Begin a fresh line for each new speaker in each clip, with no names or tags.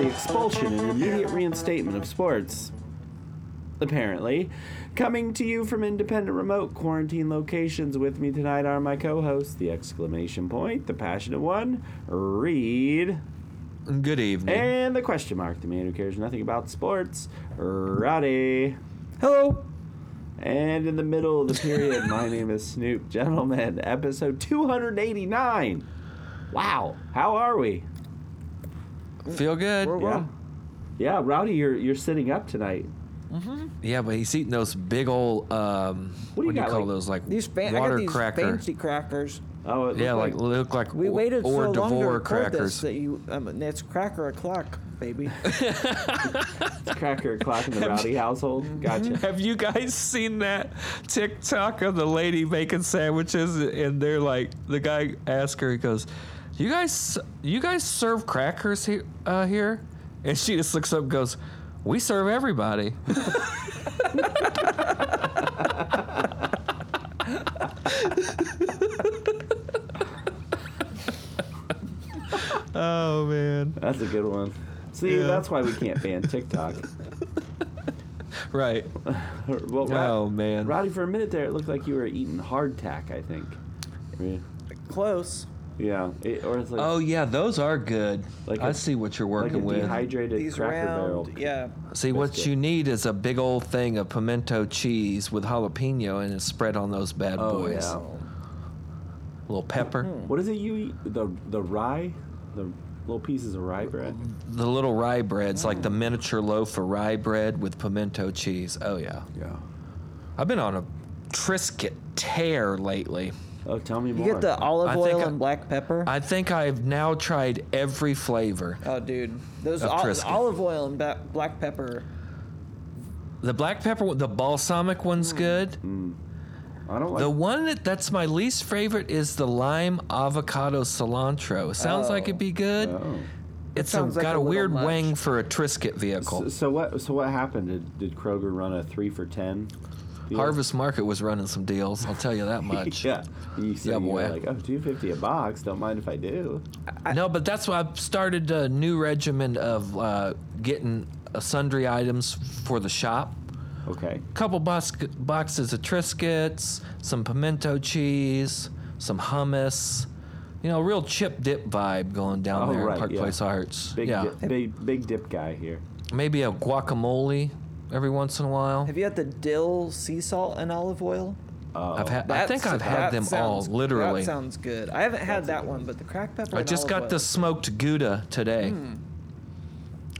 expulsion and immediate reinstatement of sports. Apparently. Coming to you from independent remote quarantine locations with me tonight are my co hosts, the exclamation point, the passionate one, Reed,
Good evening.
and the question mark, the man who cares nothing about sports, Roddy.
Hello.
And in the middle of the period, my name is Snoop. Gentlemen, episode 289. Wow. How are we?
Feel good.
yeah. Yeah, Rowdy, you're you're sitting up tonight.
Yeah, but he's eating those big old um
What do you
what, do you
got,
call
like,
those like
These fa- I got
water
these
cracker.
fancy crackers.
Oh, it
yeah, like,
looked
look like
We
or,
waited
or
so long to
Devore
record
crackers.
this that you. Um, that's cracker o'clock, baby.
cracker clock in the Rowdy household. Gotcha.
Mm-hmm.
Have you guys seen that TikTok of the lady making sandwiches and they're like the guy asks her he goes, "You guys you guys serve crackers here uh, here?" And she just looks up and goes, "We serve everybody." oh man.
That's a good one. See,
Yeah.
that's why we can't ban TikTok.
Right.
well, Ro-
Oh man.
Rowdy, for a minute there, it looked like you were eating hardtack. I think. Yeah.
Close.
Yeah. It, or it's like
Oh yeah, those are good.
Like
I
a-
see what you're
like
working
a
with.
dehydrated
These
cracker
round.
barrel.
Yeah.
See what
biscuit.
you need is a big old thing of pimento cheese with jalapeno and it's spread on those bad
Oh
boys.
yeah. Hmm.
little pepper.
What is it you eat? The the rye, the little pieces of rye bread.
The little rye breads, like
Hmm.
the miniature loaf of rye bread with pimento cheese. Oh yeah.
Yeah.
I've been on a Trisket tear lately.
Oh, tell me
You
more.
get the olive
I think
oil
I-
and black pepper.
I think I've now tried every flavor.
oh, dude, those
Of
ol-
Triscuit.
olive oil and ba- black pepper.
The black pepper, one- the balsamic one's
Hmm.
good.
I don't like.
The one that, that's my least favorite is the lime avocado cilantro. Sounds like it'd be good.
Oh.
It's a,
sounds like
got a,
a little
weird
much.
wang for a Trisket
So,
vehicle.
so what? So what happened? Did, did Kroger run a three for ten? deal?
Harvest Market was running some deals. I'll tell you that much.
Yeah. You said
Yeah,
you were
boy.
like, oh, 250 a box. Don't mind if I do.
No, but that's why I've started a new regimen of uh, getting uh, sundry items for the shop.
Okay.
couple box- boxes of Triscuits, some pimento cheese, some hummus. You know, real chip dip vibe going down
Oh,
there
right,
at Park
yeah.
Place Arts.
Big,
yeah,
dip, big, big dip guy here.
maybe a guacamole every once in a while.
Have you had the dill, sea salt, and olive oil?
I've had, I
oh, That's-
think I've had
that
them all,
sounds-
literally.
That sounds good. I haven't had that one, but the crack pepper.
I
and
just
olive
got
oil. Hmm.
the smoked gouda today.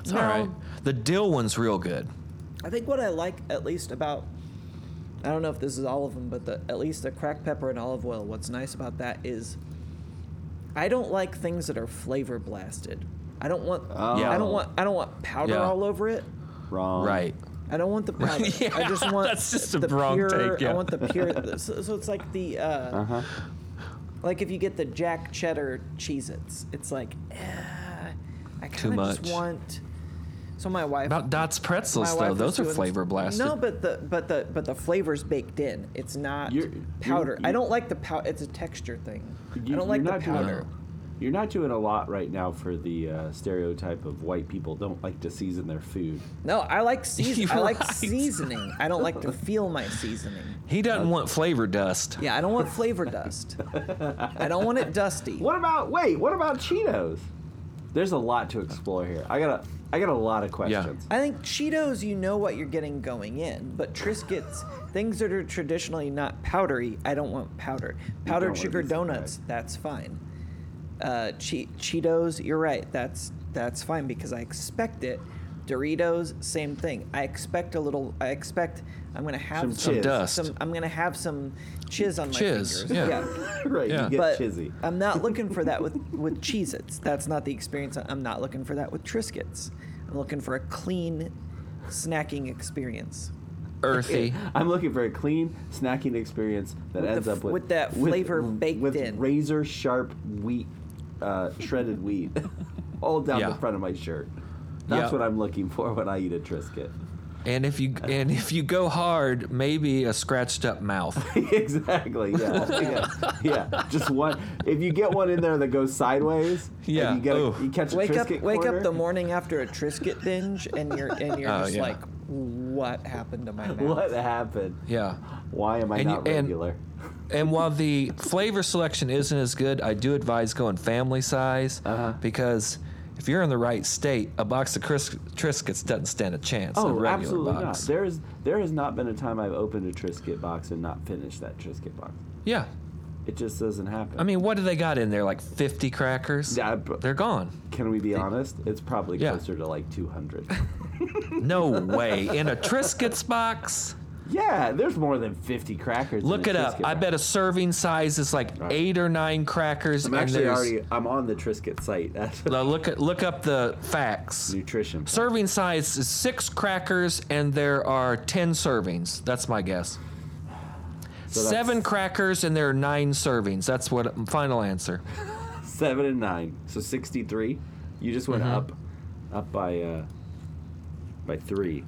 It's all
No.
right. The dill one's real good.
I think what I like at least about I don't know if this is all of them, but the at least the cracked pepper and olive oil. What's nice about that is I don't like things that are flavor blasted. I don't want
Yeah.
I don't want I don't want powder
Oh. Yeah.
all over it. Um,
Wrong.
Right.
I don't want the powder. I just
Yeah,
want
that's just a
the
wrong
pure,
take, yeah.
I want the pure. so, so it's like the uh,
Uh-huh.
like if you get the Jack Cheddar Cheez-Its, it's like eh, I
Too
kind of just
much.
want. So my wife
About Dots pretzels
my
though,
wife was
those are
doing-
flavor blasted.
No, but the but the but the flavor's baked in. It's not
You're-
powder.
you're-
I don't like the powder. It's a texture thing.
You-
I
you're
don't like the
not doing a-
powder.
You're not doing a lot right now for the uh, stereotype of white people don't like to season their food.
No, I like season.
You're
I like
right.
seasoning. I don't like to feel my seasoning.
he doesn't want flavor dust.
Uh, Yeah, I don't want flavor dust. I don't want it dusty.
What about wait? What about Cheetos? There's a lot to explore here. I got a, I got a lot of questions.
I think Cheetos, you know what you're getting going in, but Triscuits, things that are traditionally not powdery, I don't want powder.
don't
Powdered
wanna
sugar
be
donuts, that's fine. Uh, che- Cheetos, you're right, that's that's fine because I expect it. Doritos, same thing. I expect a little. I expect I'm gonna
Some
have
Some chiz.
dust.
Some, I'm gonna have some chiz on
Chiz,
my fingers.
yeah.
right.
Yeah.
You get
But
chizzy.
I'm not looking for that with with Cheez-Its. That's not the experience. I'm not looking for that with Triscuits. I'm looking for a clean snacking experience.
Earthy.
I'm looking for a clean snacking experience that
With the
ends
f-
up with
with that flavor baked
with
in.
razor sharp wheat, uh, shredded wheat, all down
Yeah.
the front of my shirt. That's
Yeah.
what I'm looking for when I eat a Triscuit.
And if you and if you go hard, maybe a scratched up mouth.
exactly. Yeah. yeah. Yeah. Just one. If you get one in there that goes sideways, and
Yeah,
you get a,
ooh.
you catch a
Wake up!
Triscuit
Wake up
corner,
the morning after a Trisket binge, and you're and you're
Oh,
just
yeah.
like, what happened to my mouth?
What happened?
Yeah.
Why am I
And you-
not
and-
regular?
And while the flavor selection isn't as good, I do advise going family size
Uh-huh.
because if you're in the right state, a box of Tris- Triscuits doesn't stand a chance. a
oh,
regular
absolutely
box.
not. There is there has not been a time I've opened a Triscuit box and not finished that Triscuit box.
Yeah.
It just doesn't happen.
I mean, what do they got in there? Like 50 crackers?
Yeah, but-
They're gone.
can we be honest? It's probably
Yeah.
closer to like 200.
No way. In a Triscuits box?
yeah, there's more than 50 crackers. in
Look
a
it up.
Triscuit
I
box.
bet a serving size is like
Right.
eight or nine crackers.
I'm
and
actually
there's-
already. I'm on the Triscuit site. That's
Now Look, at- look up the facts.
nutrition.
Serving size is six crackers, and there are 10 servings. That's my guess.
that's-
Seven crackers, and there are nine servings. That's what final answer.
Seven and nine, so 63. You just
Mm-hmm.
went up, up by, uh, by three.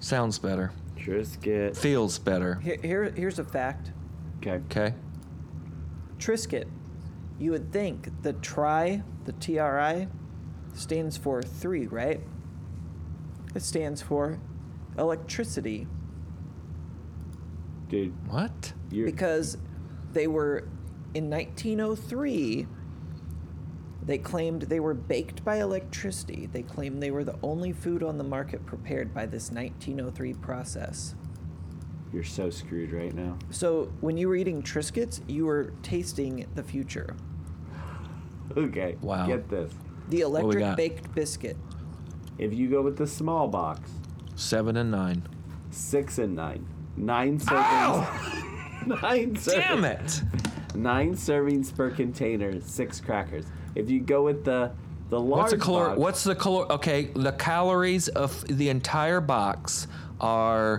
Sounds better.
Triscuit.
Feels better.
Here, here, here's a fact:
Okay.
Okay.
Trisket. You would think the tri, the TRI, stands for three, right? It stands for electricity
Dude,
What?
you're.
because they were in 1903. They claimed they were baked by electricity. They claimed they were the only food on the market prepared by this 1903 process.
You're so screwed right now.
So when you were eating Triscuits, you were tasting the future.
Okay.
Wow.
Get this.
The
we
electric
got?
baked biscuit.
If you go with the small box,
Seven and nine.
six and nine. Nine servings. nine servings.
Damn it!
Nine servings per container, six crackers. If you go with the the large
What's the calor?
box,
What's the calor? Okay, the calories of the entire box are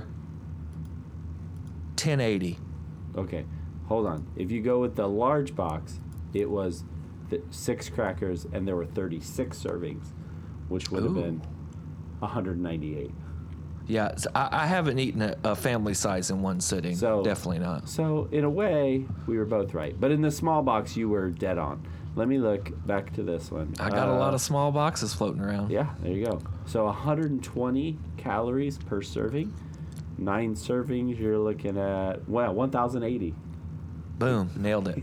1080.
Okay, hold on. If you go with the large box, it was th- six crackers and there were 36 servings, which would have
Ooh.
been 198.
Yeah, so I, I haven't eaten a, a family size in one sitting.
So-
Definitely not.
So, in a way, we were both right. But in the small box, you were dead on. Let me look back to this one.
I got a
Uh,
lot of small boxes floating around.
Yeah, there you go. So 120 calories per serving. Nine servings, you're looking at, well, 1,080.
Boom, nailed it.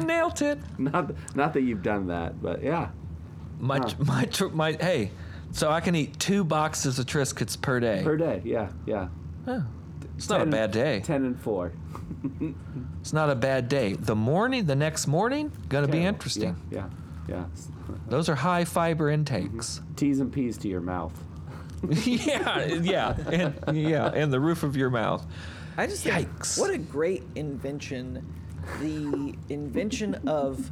nailed it.
Not, not that you've done that, but yeah.
My my tr- my hey, so I can eat two boxes of Triscuits per day.
Per day, yeah, yeah.
Huh. It's not a
Ten-
bad day.
10 and 4.
It's not a bad day. The morning, the next morning, gonna be
Yeah,
interesting.
Yeah, yeah. yeah.
Those are high fiber intakes.
T's and P's to your mouth. Mm-hmm.
yeah, yeah, and, yeah, and the roof of your mouth.
I just
Yikes.
think what a great invention, the invention of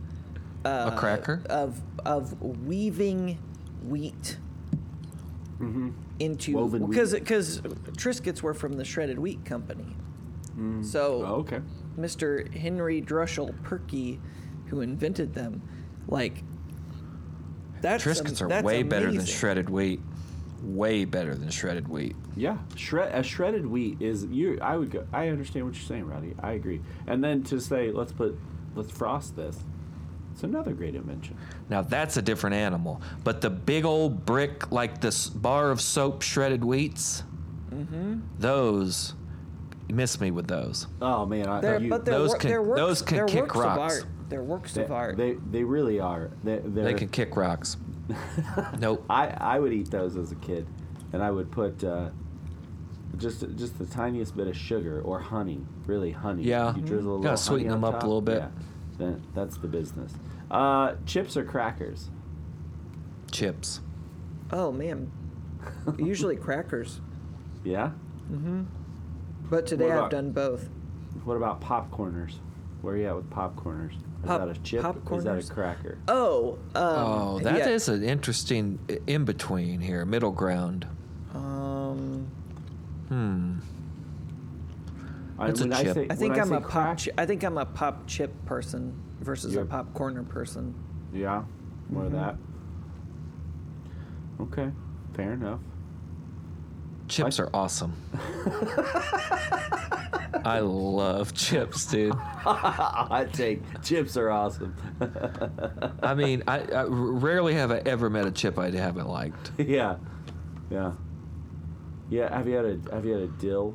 uh,
cracker?
of of weaving wheat into
Mm-hmm. Woven wheat.
because because Triscuits were from the shredded wheat company.
Mm.
So
okay.
Mr. Henry Drushel Perky, who invented them, like that's
Triscuits
am-
are
that's
way better than
amazing.
shredded wheat. Way better than shredded wheat.
Yeah, shred a shredded wheat is you. I would go. I understand what you're saying, Roddy. I agree. And then to say let's put let's frost this. It's another great invention.
Now that's a different animal. But the big old brick, like this bar of soap shredded wheats,
Mm-hmm.
those you miss me with those.
Oh man, I,
They're,
you-
but they're,
those
wor-
can-
they're works,
those can
they're
kick
works
rocks.
of art. They're works
they,
of art.
They, they really are. They they're,
They can kick rocks. nope.
I I would eat those as a kid, and I would put. Uh, just, just the tiniest bit of sugar or honey, really honey.
Yeah.
you drizzle a
Gotta
little honey
sweeten
on
them up a
top,
little bit.
Yeah, That- that's the business. Uh, chips or crackers?
Chips.
Oh man, usually crackers,
Yeah.
but today
What
I've
about-
done both.
What about popcorners? Where are you at with popcorners? Is
Pop-
that a chip? Is that a
popcorners?
cracker?
Oh, um,
oh, that is
yeah.
an interesting in between here, middle ground.
Um,
Hmm.
I,
It's a chip.
I think
when
I'm
say
a pop.
crack-
Chi- I think I'm a pop chip person versus
You're-
a popcorner person.
Yeah, more of that. Okay, Fair enough.
Chips are awesome. I love chips, dude.
Hot take. Chips are awesome.
I mean, I, I rarely have I ever met a chip I haven't liked.
yeah, yeah, yeah. Have you had a Have you had a dill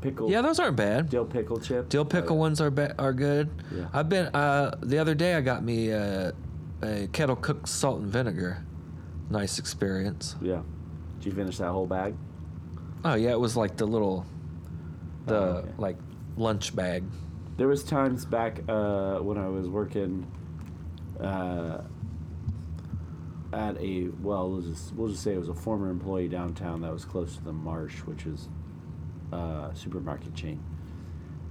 pickle?
Yeah, those aren't bad.
dill pickle chip. Oh,
Dill pickle ones are be- are good.
Yeah.
I've been uh, the other day. I got me a, a kettle cooked salt and vinegar. Nice experience.
Yeah. Did you finish that whole bag?
Oh yeah, it was like the little, the
Oh, okay.
like lunch bag.
There was times back uh, when I was working uh, at a well, we'll just, we'll just say it was a former employee downtown that was close to the Marsh, which is uh, supermarket chain.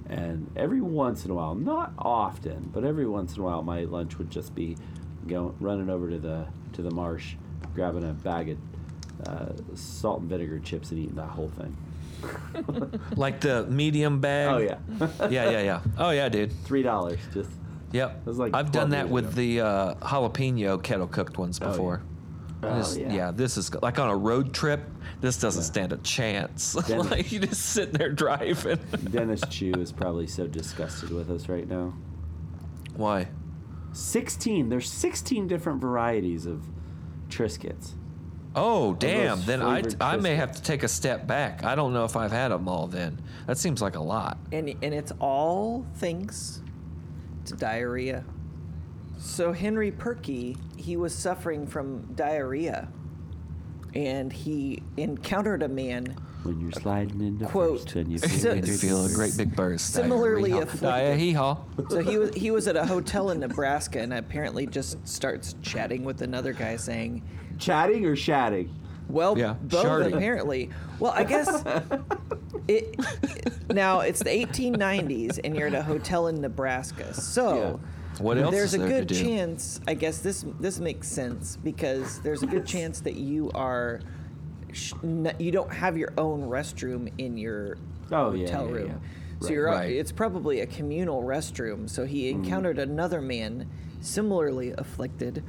And every once in a while, not often, but every once in a while, my lunch would just be going running over to the to the Marsh, grabbing a bag of uh, salt and vinegar chips and eating that whole thing.
Like the medium bag.
Oh yeah,
yeah, yeah, yeah. Oh yeah, dude.
three dollars just.
Yep.
was like 12
I've done that
years
with
ago.
the uh, jalapeno kettle cooked ones
Oh, yeah.
before.
Oh,
This- this is like on a road trip. This doesn't stand a chance.
Dennis-
like you just sitting there driving.
Dennis Chu is probably so disgusted with us right now.
Why?
16. There's 16 different varieties of Triscuits.
Oh damn!
those
Then I,
flavored
I may have to take a step back. I don't know if I've had them all. Then that seems like a lot.
and and it's all thanks to diarrhea. So Henry Perky, he was suffering from diarrhea, and he encountered a man
When you're sliding into
Quote,
first and you
so-
feel
Made me feel a great big burst.
Similarly afflicted.
hee-haw.
So he was he was at a hotel in Nebraska and apparently just starts chatting with another guy saying,
chatting or shatting?
"Well,
Yeah,
both
sharding.
apparently." Well, I guess it now it's the 1890s and you're at a hotel in Nebraska. So
What else
There's
is there
a
to
good
do?
chance. I guess this this makes sense because there's a good chance that you are sh- n- you don't have your own restroom in your
Oh, yeah,
hotel
yeah,
room.
yeah.
So
Right. Mm-hmm.
you're out-
Right.
it's probably a communal restroom. So he encountered another man similarly afflicted.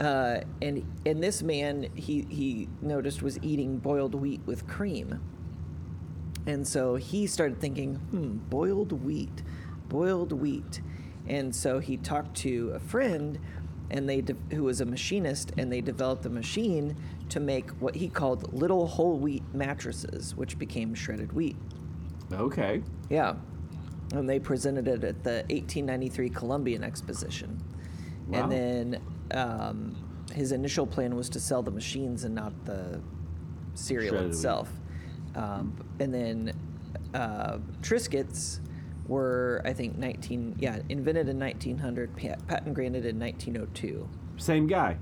Uh, and and this man he he noticed was eating boiled wheat with cream. And so he started thinking, hmm, boiled wheat, boiled wheat. And so he talked to a friend and they de- who was a machinist and they developed a machine to make what he called little whole wheat mattresses, which became shredded wheat.
Okay.
Yeah. And they presented it at the 1893 Columbian Exposition.
Wow.
And then um, his initial plan was to sell the machines and not the cereal
Shredded wheat.
itself. Um, and then uh, Triscuits were, I think, 19, yeah, invented in 1900, pat- patent granted in 1902.
Same guy.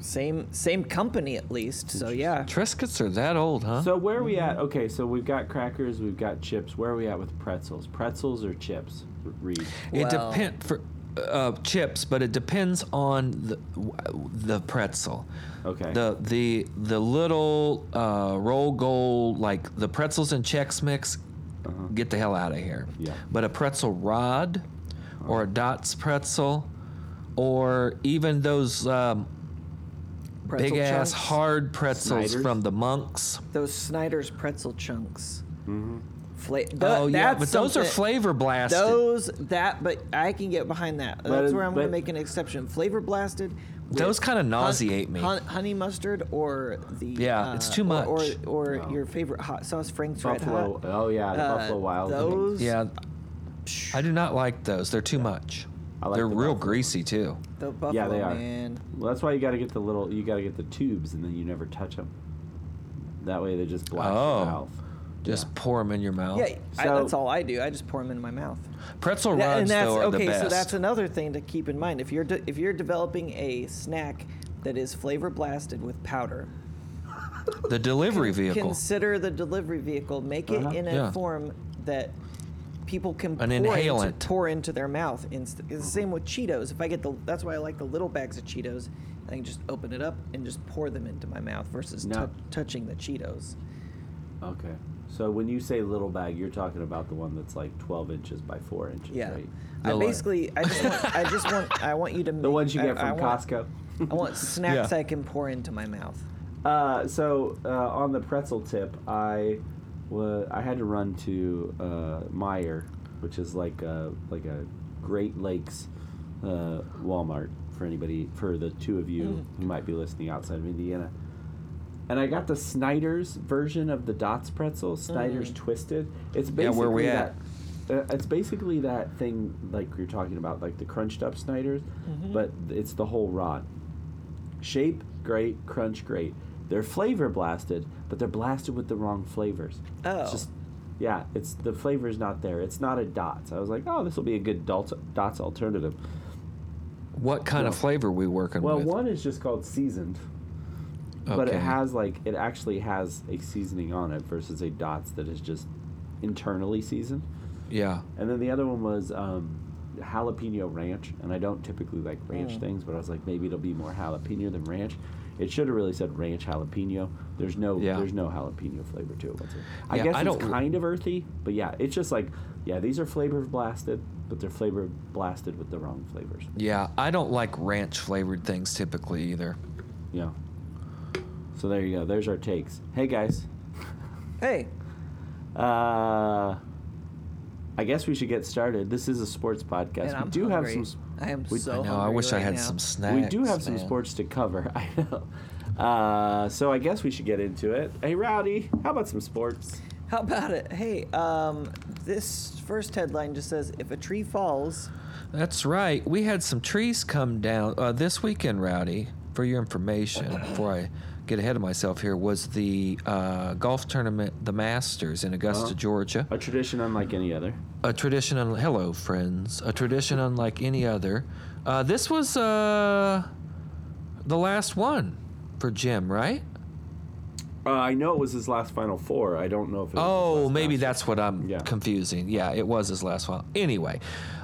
Same same company at least, so yeah.
Triscuits are that old, huh?
So where are we
Mm-hmm.
at? Okay, so we've got crackers, we've got chips. Where are we at with pretzels? Pretzels or chips? R- Reed.
it
Well-
depend for uh, chips, but it depends on the the pretzel.
Okay.
The the the little uh, roll gold like the pretzels and Chex Mix, get the hell out of here.
Uh-huh. Yeah. Uh-huh.
But a pretzel rod, or a Dots pretzel, or even those um,
Pretzel
big ass
chunks.
hard pretzels
Snyder's?
from the monks.
Those Snyder's pretzel chunks. Mm-hmm. Fla-
oh yeah, but those are
flavors.
flavor blasted.
Those that, but I can get behind that. That's
it-
where I'm going
but-
to make an exception. Flavor blasted. with
Those kinda
hun-
nauseate me.
hun- honey mustard or the uh,
Yeah, it's too
or-
much.
Or, or
No.
your favorite hot sauce, Frank's Red
Buffalo.
Hot.
Oh yeah, the
Uh,
Buffalo Wild. Wings.
Those,
yeah, I do not like those. They're too much.
I like
They're
the
real
buffalo
greasy too.
the buffalo
Yeah, they are.
man.
Well, that's why you got to get the little. You got to get the tubes, and then you never touch them. That way they just block
Oh.
your mouth.
Just pour 'em pour them in your mouth.
Yeah, I,
So-
that's all I do. I just pour them in my mouth.
Pretzel
That-
rods
and that's
though are the
okay.
best.
So that's another thing to keep in mind. If you're de- if you're developing a snack that is flavor blasted with powder,
the delivery vehicle.
Consider the delivery vehicle. Make it
Uh-huh.
in a
Yeah.
form that people can
An
pour,
inhalant.
Into, pour into their mouth. Inst- it's the same with Cheetos. If I get the, that's why I like the little bags of Cheetos. I can just open it up and just pour them into my mouth versus
No.
tou- touching the Cheetos.
Okay. So when you say little bag, you're talking about the one that's like 12 inches by 4 inches,
Yeah.
right?
I
The li-
basically, I just, want, I just want, I want you to.
The ones you
I-
get
I
from
want-
Costco.
I want snacks
Yeah.
I can pour into my mouth.
Uh, so uh, on the pretzel tip, I wa I had to run to uh, Meyer, which is like a like a Great Lakes uh, Walmart for anybody for the two of you who might be listening outside of Indiana. And I got the Snyder's version of the Dots pretzel, Snyder's Twisted. It's basically
Yeah, where we
that,
at?
uh, it's basically that thing like you're talking about, like the crunched up Snyder's, but it's the whole rod. Shape great, crunch great. They're flavor blasted, but they're blasted with the wrong flavors.
Oh.
It's just, yeah, it's the flavor's not there. It's not a dots. I was like, oh, this will be a good dots, dots alternative.
What kind of flavor we working
Well,
with?
one is just called seasoned, but
Okay.
it has like it actually has a seasoning on it versus a dots that is just internally seasoned.
yeah.
And then the other one was um, jalapeno ranch, and I don't typically like ranch
Mm.
things, but I was like, maybe it'll be more jalapeno than ranch. It should have really said ranch jalapeno. There's no
Yeah.
there's no jalapeno flavor to it whatsoever. I
Yeah,
guess
I
it's
don't-
kind of earthy, but yeah, it's just like yeah, these are flavor blasted, but they're flavor blasted with the wrong flavors.
Yeah, I don't like ranch flavored things typically either.
Yeah. So there you go. There's our takes. Hey guys.
Hey,
Uh, I guess we should get started. This is a sports podcast.
and
we
I'm
do
hungry.
have some.
I am
we-
I
so.
know. I
hungry
wish I
right
had
now.
some snacks.
we do have some
man.
sports to cover. I know. Uh, so I guess we should get into it. Hey, Rowdy, how about some sports?
How about it? Hey, um, this first headline just says if a tree falls,
That's right. We had some trees come down uh, this weekend, Rowdy. For your information, before I get ahead of myself here, was the uh, golf tournament, the Masters in Augusta,
Uh-huh.
Georgia.
A tradition unlike any other.
a tradition un- hello friends a tradition unlike any other uh, this was uh, the last one for jim right
Uh, I know it was his last Final Four. I don't know if. It was his
oh
last
maybe
Masters.
that's what i'm
Yeah.
confusing yeah it was his last one anyway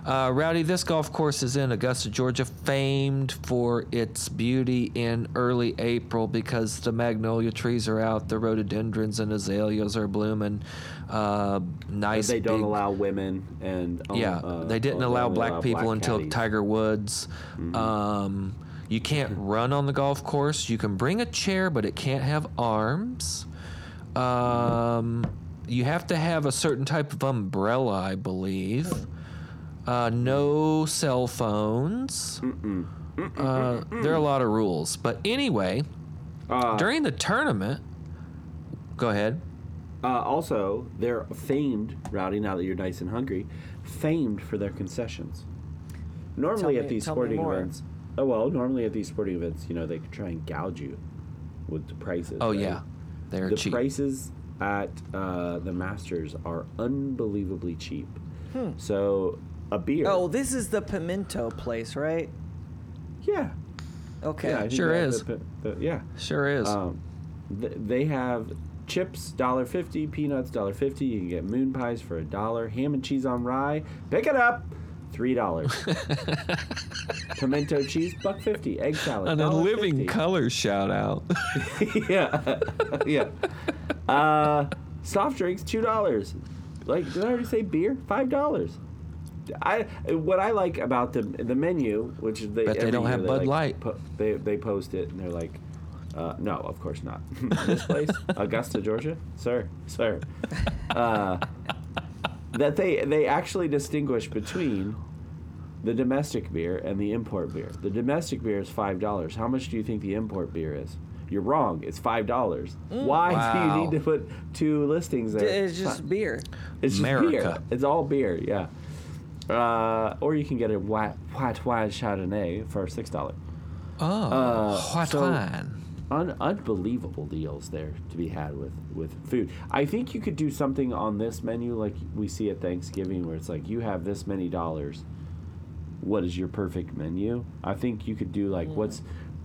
uh, rowdy this golf course is in augusta georgia famed for its beauty in early april because the magnolia trees are out the rhododendrons and azaleas are blooming uh, nice
They don't
big-
allow women and. um,
Yeah,
uh,
they didn't
uh,
allow
only
black people until
caddies. Mm-hmm.
Tiger Woods. Um, you can't run on the golf course. You can bring a chair, but it can't have arms. Um, you have to have a certain type of umbrella, I believe. Uh, no cell phones. Uh, there are a lot of rules. But anyway,
Uh,
during the tournament, go ahead.
Uh, also, they're famed, Rowdy, now that you're nice and hungry, famed for their concessions. Normally at
Tell me-
these
tell me
sporting
more.
events, oh well, normally at these sporting events, you know, they try and gouge you with the prices.
Oh,
right?
yeah. They're
The
cheap.
prices at uh, the Masters are unbelievably cheap.
Hmm.
So, a beer.
oh, this is the pimento place, right?
yeah.
Okay.
Yeah, I think
Sure
that-
is.
the- the- yeah.
Sure is.
Um, th- they have chips dollar fifty, peanuts dollar fifty. You can get moon pies for a dollar, ham and cheese on rye. Pick it up, three dollars. Pimento cheese, buck fifty. Egg salad,
An living
$1.50.
color shout out.
yeah, yeah. Uh, soft drinks, two dollars. Like, did I already say beer? Five dollars. I what I like about the the menu, which they
Bet they
every
don't
year
have
they,
Bud
like,
Light.
po- they they post it and they're like, uh, no, of course not. this place, Augusta, Georgia, sir, sir. Uh, that they they actually distinguish between the domestic beer and the import beer. The domestic beer is five dollars. How much do you think the import beer is? You're wrong. It's five dollars. Why do
Wow.
you need to put two listings there?
It's just beer.
it's just
America.
beer. It's all beer. Yeah. Uh, or you can get a white white wine Chardonnay for six dollars.
oh, what
Uh, so-
wine?
Un- unbelievable deals there to be had with, with food. I think you could do something on this menu like we see at Thanksgiving where it's like you have this many dollars. What is your perfect menu? I think you could do like what's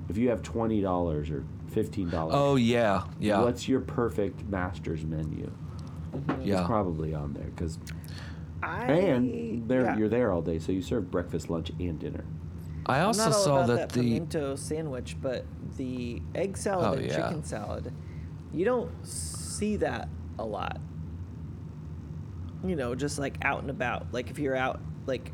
if you have twenty dollars or fifteen dollars.
Oh yeah, yeah,
What's your perfect master's menu? It's
yeah.
probably on there because
I,
and there
yeah.
you're there all day, so you serve breakfast, lunch, and dinner.
I
I'm
also
not all
saw
about
that,
that,
the
pimento sandwich, but the egg salad
Oh,
and
yeah.
chicken salad, you don't see that a lot. You know, just like out and about. Like if you're out, like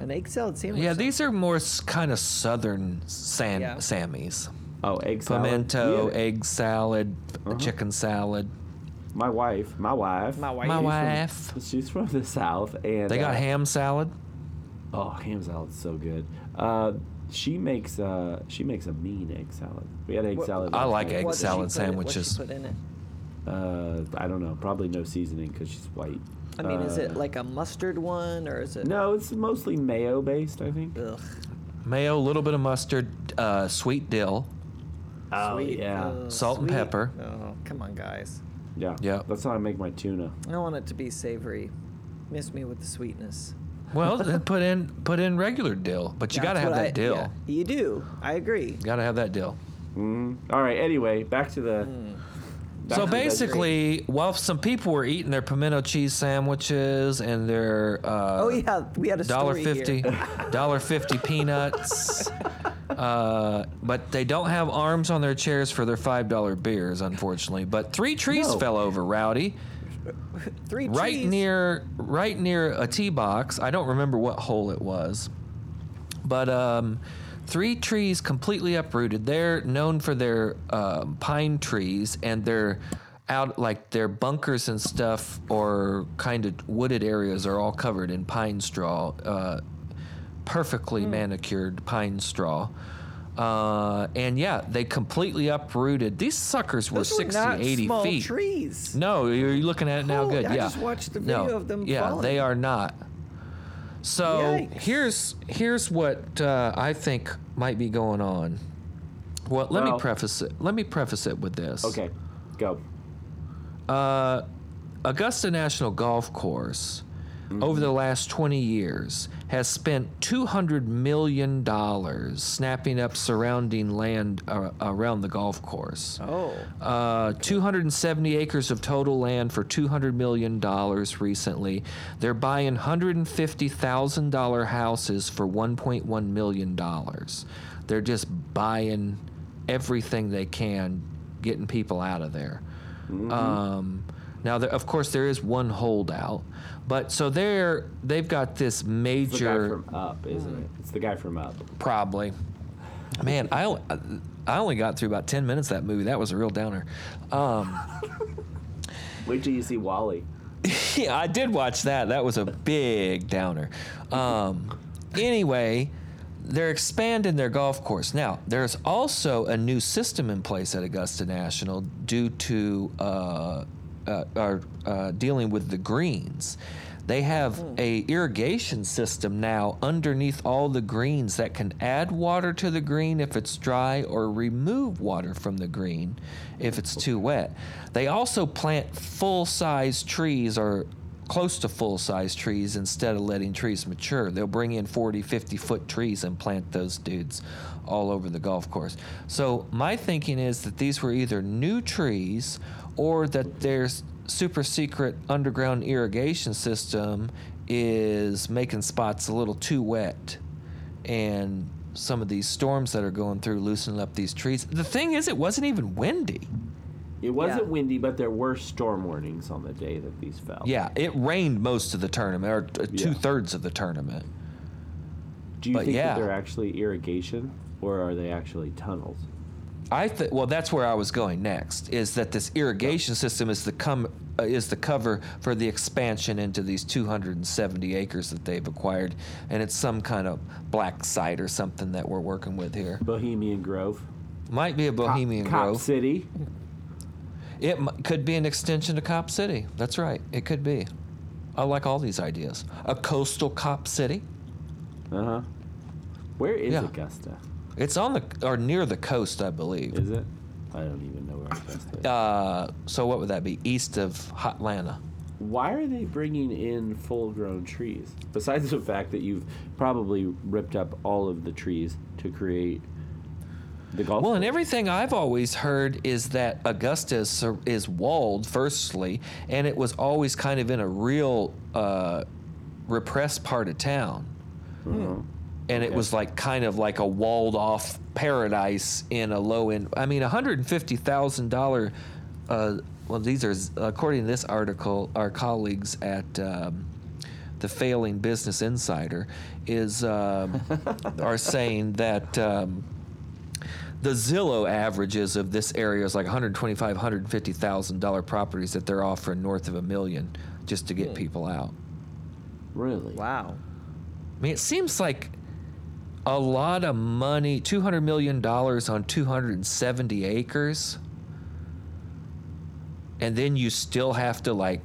an egg salad sandwich.
yeah
sounds-
these are more s- kind of southern San
Yeah.
Sammies.
Oh, egg salad.
Pimento,
Yeah. Uh-huh.
egg salad, chicken salad.
My wife. My wife.
My wife.
My
She's from-
wife.
She's from the south, and
They got
uh,
ham salad.
Oh, ham salad's so good. Uh, she makes uh, she makes a mean egg salad. We had egg
What-
salad.
I
last
like
night.
egg
What did she
salad
put in it? What
sandwiches.
she put in it?
Uh, I don't know. Probably no seasoning because she's white.
I mean, is it
Uh,
like a mustard one or is it?
No, it's mostly mayo based. I think.
Ugh.
Mayo, a little bit of mustard, uh, sweet dill.
Oh
sweet,
yeah,
ugh,
Salt and
sweet.
pepper.
Oh, come on, guys.
yeah,
Yeah.
That's how I make my tuna.
I want it to be savory. Miss me with the sweetness.
Well, then put in put in regular dill, but you
That's
got to have
what
that
I-
dill.
yeah, you do. I agree.
Got to have that dill.
Mm. All right. Anyway, back to the.
Mm.
back
So
to the
basically, while some people were eating their pimento cheese sandwiches and their uh,
oh yeah, we had a
dollar
story here.
fifty, dollar fifty peanuts, uh, but they don't have arms on their chairs for their five dollar beers, unfortunately. But three trees
No.
fell over, Rowdy,
Three
right
cheese.
near right near a tee box. I don't remember what hole it was, but um, three trees completely uprooted. They're known for their um, pine trees and their out like their bunkers and stuff or kind of wooded areas are all covered in pine straw, uh, perfectly
Hmm.
manicured pine straw. Uh, and yeah, they completely uprooted. These suckers were
Those
60,
were not
80
small
feet.
trees.
No, you're looking at it now.
Holy-
good.
Oh, I
yeah.
just watched the
No,
video of them
Yeah,
falling.
they are not. So
Yikes.
here's here's what uh, I think might be going on. Well, let
Well-
me preface it. Let me preface it with this.
Okay, go.
Uh, Augusta National Golf Course,
Mm-hmm.
over the last 20 years, has spent $200 million snapping up surrounding land uh, around the golf course.
Oh.
Uh, 270 acres of total land for $200 million recently. They're buying $150,000 houses for $1.1 million. They're just buying everything they can, getting people out of there.
Mm-hmm.
Um, now, there, of course, there is one holdout, but so they're they've got this
It's the
major
guy from Up, isn't it?
Mm.
It's the guy from Up.
Probably. Man, I, o- I only got through about 10 minutes of that movie. That was a real downer. Um,
Wait till you see Wally.
yeah, I did watch that. That was a big downer. Um, anyway, they're expanding their golf course. Now, there's also a new system in place at Augusta National due to uh, uh, our, uh, dealing with the greens. They have a irrigation system now underneath all the greens that can add water to the green if it's dry or remove water from the green if it's too wet. They also plant full-size trees or close to full-size trees instead of letting trees mature. They'll bring in 40, 50-foot trees and plant those dudes all over the golf course. So my thinking is that these were either new trees or that there's super secret underground irrigation system is making spots a little too wet and some of these storms that are going through loosening up these trees. The thing is it wasn't even windy.
It wasn't
Yeah.
windy, but there were storm warnings on the day that these fell.
Yeah, it rained most of the tournament or t-
Yeah.
two-thirds of the tournament.
Do you
But
think
yeah.
that they're actually irrigation, or are they actually tunnels?
I th- well, that's where I was going next. Is that this irrigation system is the com- uh, is the cover for the expansion into these 270 acres that they've acquired, and it's some kind of black site or something that we're working with here.
Bohemian Grove.
Might be a Bohemian
Cop
Grove.
City.
It m- could be an extension to Cop City. That's right. It could be. I like all these ideas. A coastal Cop City.
Uh huh. Where is
Yeah.
Augusta?
It's on the or near the coast, I believe.
Is it? I don't even know where Augusta is.
Uh, so what would that be? East of Hotlanta.
Why are they bringing in full grown trees? Besides the fact that you've probably ripped up all of the trees to create the golf
Well,
course.
and everything I've always heard is that Augusta is, sur- is walled, firstly, and it was always kind of in a real uh, repressed part of town. And it
Okay.
was like kind of like a walled off paradise in a low end. I mean, $150,000. Uh, well, these are, according to this article, our colleagues at. Um, the failing business insider is um, are saying that um, the Zillow averages of this area is like 125, 150 thousand dollar properties that they're offering north of a million just to get people out.
Really?
Wow.
I mean, it seems like a lot of money, two hundred million dollars on two hundred and seventy acres, and then you still have to like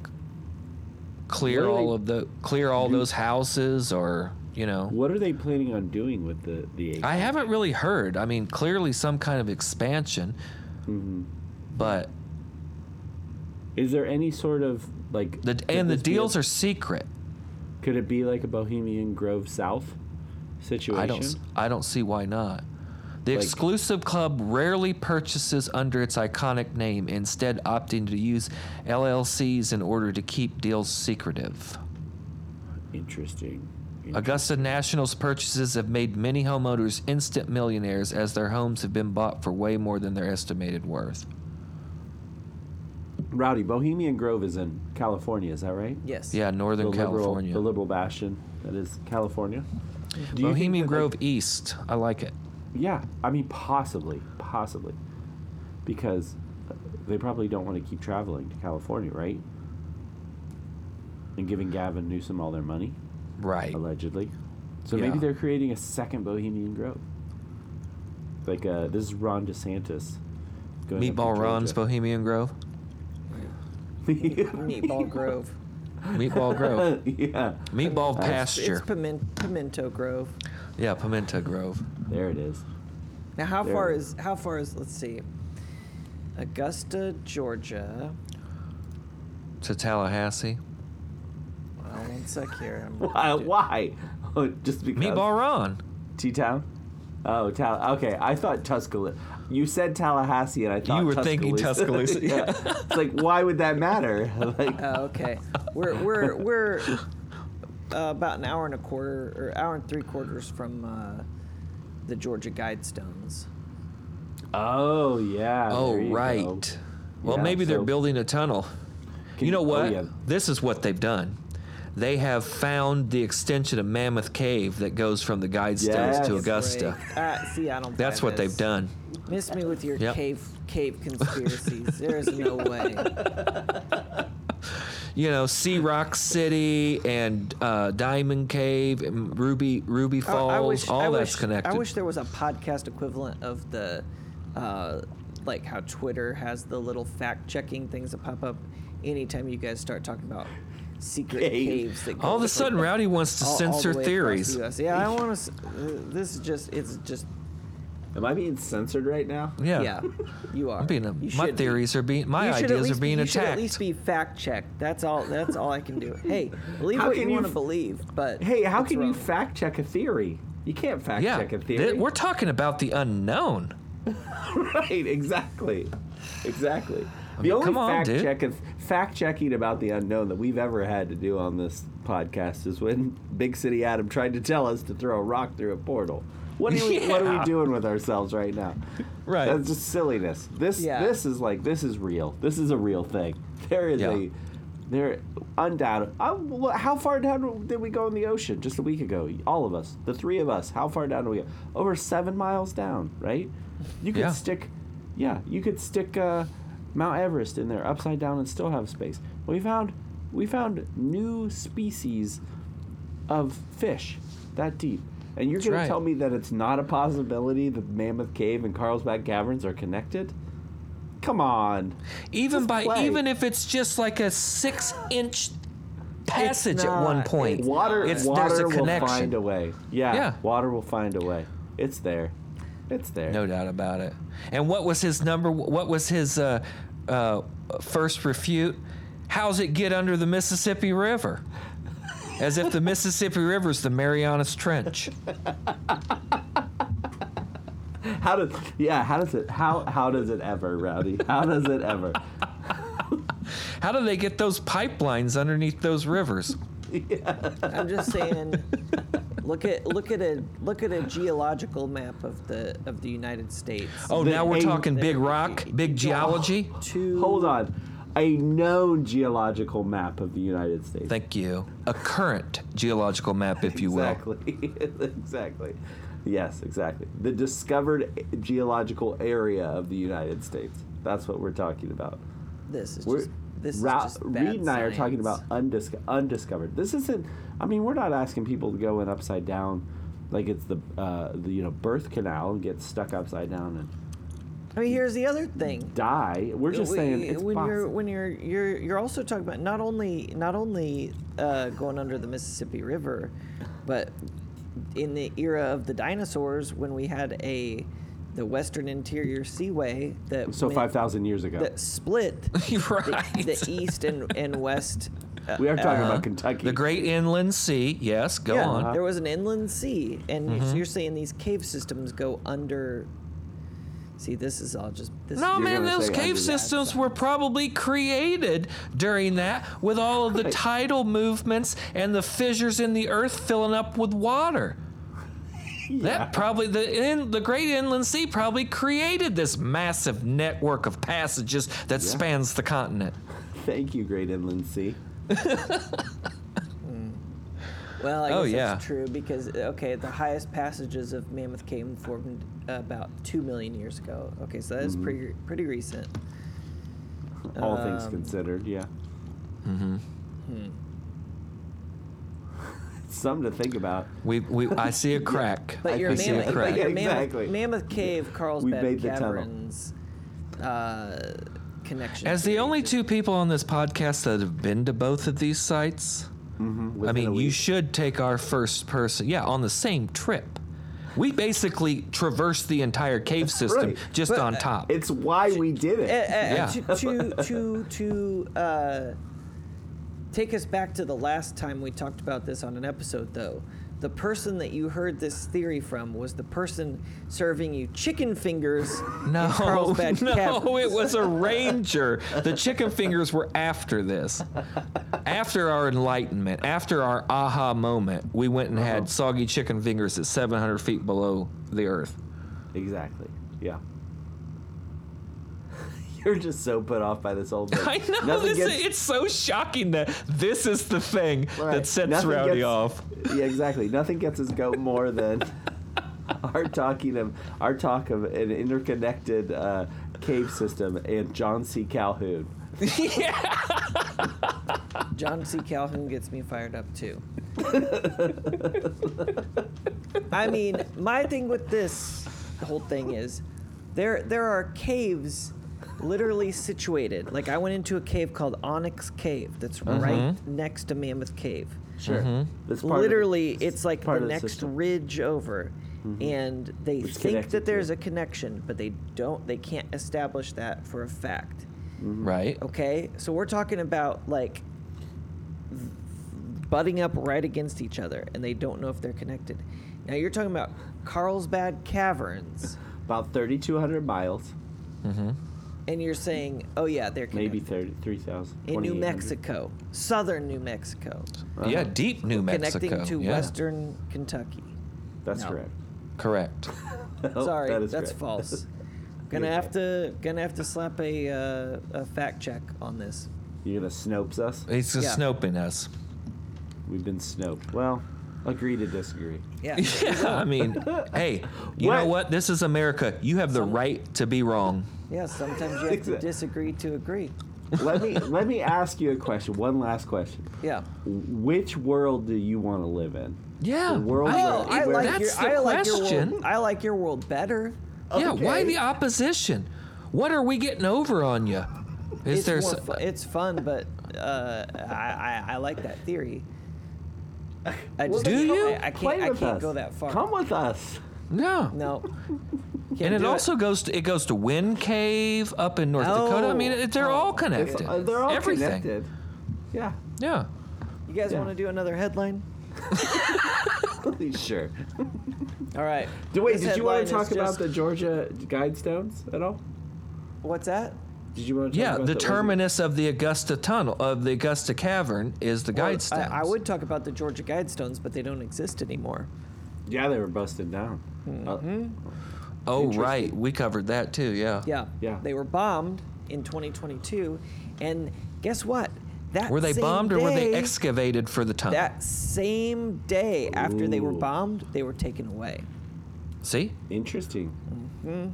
clear
What are
all
they-
of the clear all those houses, or you know.
What are they planning on doing with the the? acre?
I haven't really heard. I mean, clearly some kind of expansion, but
Is there any sort of like
the
could
and the
this be
deals
a,
are secret.
Could it be like a Bohemian Grove South situation?
I don't s- I don't see why not. The
Like-
exclusive club rarely purchases under its iconic name, instead opting to use LLCs in order to keep deals secretive.
Interesting.
Augusta National's purchases have made many homeowners instant millionaires as their homes have been bought for way more than their estimated worth.
Rowdy Bohemian Grove is in California. Is that right?
Yes.
Yeah, Northern
the
California.
liberal, the liberal bastion that is California. Do you think
Bohemian
that,
Grove
Like,
East. I like it.
yeah, I mean possibly, possibly, because they probably don't want to keep traveling to California, right? And giving Gavin Newsom all their money
Right.
allegedly. So
Yeah.
maybe they're creating a second Bohemian Grove. Like uh, this is Ron DeSantis. going up to
Meatball Ron's
Georgia.
Bohemian Grove.
Meatball Grove.
Meatball Grove.
yeah,
Meatball
It's-
Pasture.
It's pimen- Pimento Grove.
yeah, Pimento Grove.
there it is.
Now, how
There
far
it
is how far is let's see, Augusta, Georgia.
To Tallahassee.
Well, one sec here. I'm
Why? why? Oh, just because.
Meatball Ron.
T Town. Oh, Tal. Okay, I thought Tuscaloosa. You said Tallahassee, and I thought
were thinking Tuscaloosa,
yeah. it's like, why would that matter? like,
Oh, okay. We're we're we're uh, about an hour and a quarter or hour and three quarters from uh, the Georgia Guidestones.
oh yeah.
Oh,
there you go.
right. Well,
Yeah,
maybe they're
so-
building a tunnel.
Can-
you know
oh,
what?
yeah.
This is what they've done. They have found the extension of Mammoth Cave that goes from the Guidestones
Yes.
to Augusta.
Break. Uh, see, I don't.
That's
buy
what they've
this.
done.
Miss me with your
Yep.
cave cave conspiracies. There's no way.
You know, Sea Rock City and uh, Diamond Cave and Ruby Ruby
I-
Falls,
I wish,
all
I
that's
wish,
connected.
I wish there was a podcast equivalent of the, uh, like how Twitter has the little fact checking things that pop up anytime you guys start talking about secret
Cave.
caves. That go
all of a sudden, Rowdy wants to
all- all the
censor
way across the
theories.
US. Yeah, I want to. This is just. It's just.
Am I being censored right now?
Yeah.
Yeah, you are.
I'm being a,
You
my
should be.
theories are being my
You should at
ideas
least
are being
be, You should
attacked.
at least be fact checked. That's all. That's all I can do. Hey, believe
How
what
can
you
you
want to
f-
believe, but
Hey, how
it's
can you
wrong.
fact check a theory? You can't fact
yeah.
check a
th-
theory.
we're talking about the unknown.
right, exactly, exactly. the
mean,
only
come on,
fact
dude.
check fact checking about the unknown that we've ever had to do on this podcast is when Big City Adam tried to tell us to throw a rock through a portal. What are we What are we
Yeah.
doing with ourselves right now?
Right.
That's just silliness. This
Yeah.
This is like this is real. This is a real thing. There is
Yeah.
a there undoubted. I, wh- how far down did we go in the ocean just a week ago? All of us, the three of us. How far down do we go? Over seven miles down, right? You could
Yeah.
stick, yeah, you could stick uh, Mount Everest in there upside down and still have space. We found we found new species of fish that deep. And you're
That's
going
right.
to tell me that it's not a possibility that Mammoth Cave and Carlsbad Caverns are connected? Come on.
even
Just
by
play.
even if it's just like a six inch passage at
not.
one point
It's
Water
It's- there's
water
a
will
connection.
find a way. Yeah,
Yeah.
water will find a way. It's there. It's there.
no doubt about it and what was his number what was his uh, uh, first refute how's it get under the mississippi river as if the mississippi river's the marianas trench
How does Yeah, how does it how how does it ever, Rowdy? How does it ever?
how do they get those pipelines underneath those rivers
I'm just saying. look at look at a look at a geological map of the of the United States.
oh
The
now we're
eight-
talking big
There-
rock big geology
Two.
Hold on. A known geological map of the United States.
thank you a current geological map if you will
exactly. exactly. Yes, exactly. The discovered geological area of the United States. That's what we're talking about.
This is
We're,
just this
Ra-
is just bad
Reed and I are talking
science.
about undisco- undiscovered. This isn't. I mean, we're not asking people to go in upside down, like it's the uh, the you know birth canal and get stuck upside down and
I mean, here's the other thing.
die. We're just saying
Wh-
it's
when you're
possible.
when you're you're you're also talking about not only not only uh, going under the Mississippi River, but in the era of the dinosaurs when we had a the Western Interior Seaway that
So
went-
five thousand years ago,
that split
right.
the, E. the east and and west. uh,
we are talking
Uh-huh.
about Kentucky.
The Great Inland Sea. Yes, go
yeah,
on. Mm-hmm.
there was an inland sea, and you're- you're saying these cave systems go under. See, this is all just this
No,
You're
man,
gonna
those
say
cave
under that
systems were probably created during that with all of the
Right.
tidal movements and the fissures in the earth filling up with water. That probably the in, the Great Inland Sea probably created this massive network of passages that spans the continent.
Thank you, Great Inland Sea.
Well, I
Oh,
guess
yeah.
that's true because okay, the highest passages of Mammoth Cave formed about two million years ago. Okay, so that
Mm-hmm.
is pretty pretty recent.
All things
Um,
considered, yeah. Mm-hmm. Something to think about.
We, we I see a crack.
But
I
your,
see a
mammoth,
crack.
but your
Exactly.
mammoth, mammoth Cave, Carlsbad
made the tunnel.
Caverns uh, connection.
As the
theory
only
just-
two people on this podcast that have been to both of these sites, I
Within a
mean, you
week.
should take our first person. Yeah, on the same trip. We basically traversed the entire cave system
Right. uh,
just on top.
It's why we did it.
Uh, uh,
Yeah.
to to to, to uh, take us back to the last time we talked about this on an episode, though. The person that you heard this theory from was the person serving you chicken fingers in
no,
Carlsbad
no,
Caverns.
it was a ranger. the chicken fingers were after this. After our enlightenment, after our aha moment, we went and
Uh-huh.
had soggy chicken fingers at 700 feet below the earth.
Exactly. Yeah. You're just so put off by this whole thing.
I know
Nothing
this.
gets-
it's so shocking that this is the thing
Right.
that sets
Nothing
Rowdy
gets-
off.
Yeah, exactly. Nothing gets us go more than our talking of our talk of an interconnected uh, cave system and John C. Calhoun.
John C. Calhoun gets me fired up too. I mean, my thing with this whole thing is there there are caves literally situated. Like I went into a cave called Onyx Cave that's right next to Mammoth Cave.
Sure.
Mm-hmm.
This Mm-hmm. part of the-
Literally, it's like the
part of the
next
system. Mm-hmm.
ridge over. And they
It's
think
connected
that
to
there's
it.
a connection, but they don't they can't establish that for a fact.
Right.
Oh,
Okay, so we're talking about like butting up right against each other, and they don't know if they're connected. Now you're talking about Carlsbad Caverns,
about 3,200 miles,
and you're saying, "Oh yeah, they're connected."
maybe 30 3,000.
in New
2,800.
Mexico, southern New Mexico,
uh-huh.
Yeah, deep New Mexico.
connecting to
yeah.
western Kentucky.
That's
No.
correct.
Correct.
Oh,
Sorry,
that is
that's
correct.
false. Gonna
You're
have to gonna have to slap a uh, a fact check on this.
You're going to snopes us?
It's just
Yeah.
snoping us.
We've been snoped. Well, agree to disagree.
Yeah.
Yeah, I mean, hey, you know
What?
what? This is America. You have the right to be wrong.
Yeah, sometimes you have to
Exa-
disagree to agree.
let me let me ask you a question. One last question.
Yeah.
Which world do you want to live in?
Yeah.
The world
Oh,
where-
I
where-
like
That's
your,
the
I like your
question.
world. I like your world better.
Yeah, why
Okay.
the opposition? What are we getting over on you? Is
it's
there
more
s-
fu- it's fun, but uh, I, I I like that theory. I just,
Do
I,
you?
I, can't.
Play
I
with
can't
us.
go that far.
Come with us.
no?
No.
and
Can't
it
do
also goes to it goes to Wind Cave up in North Dakota. I mean,
Oh.
it, they're all
It's-
connected.
uh, they're all
Everything.
connected. Yeah.
Yeah.
You guys
Yeah.
want to do another headline?
sure.
All right.
Do, wait,
This
did you want
headline
to talk
is
about
just-
the Georgia Guidestones at all?
what's that?
Did you want to talk
Yeah,
about
the
Orgy?
terminus of the Augusta Tunnel of the Augusta Cavern is the
Well,
Guidestones.
I, I would talk about the Georgia Guidestones, but they don't exist anymore.
Yeah, they were busted down. Uh,
Mm-hmm.
Oh right, we covered that too. Yeah.
Yeah.
Yeah.
They were bombed in 2022, and guess what? That
Were they
same
bombed or were they
day-
excavated for the tunnel?
That same day after they were
Ooh.
bombed, they were taken away.
See,
Interesting.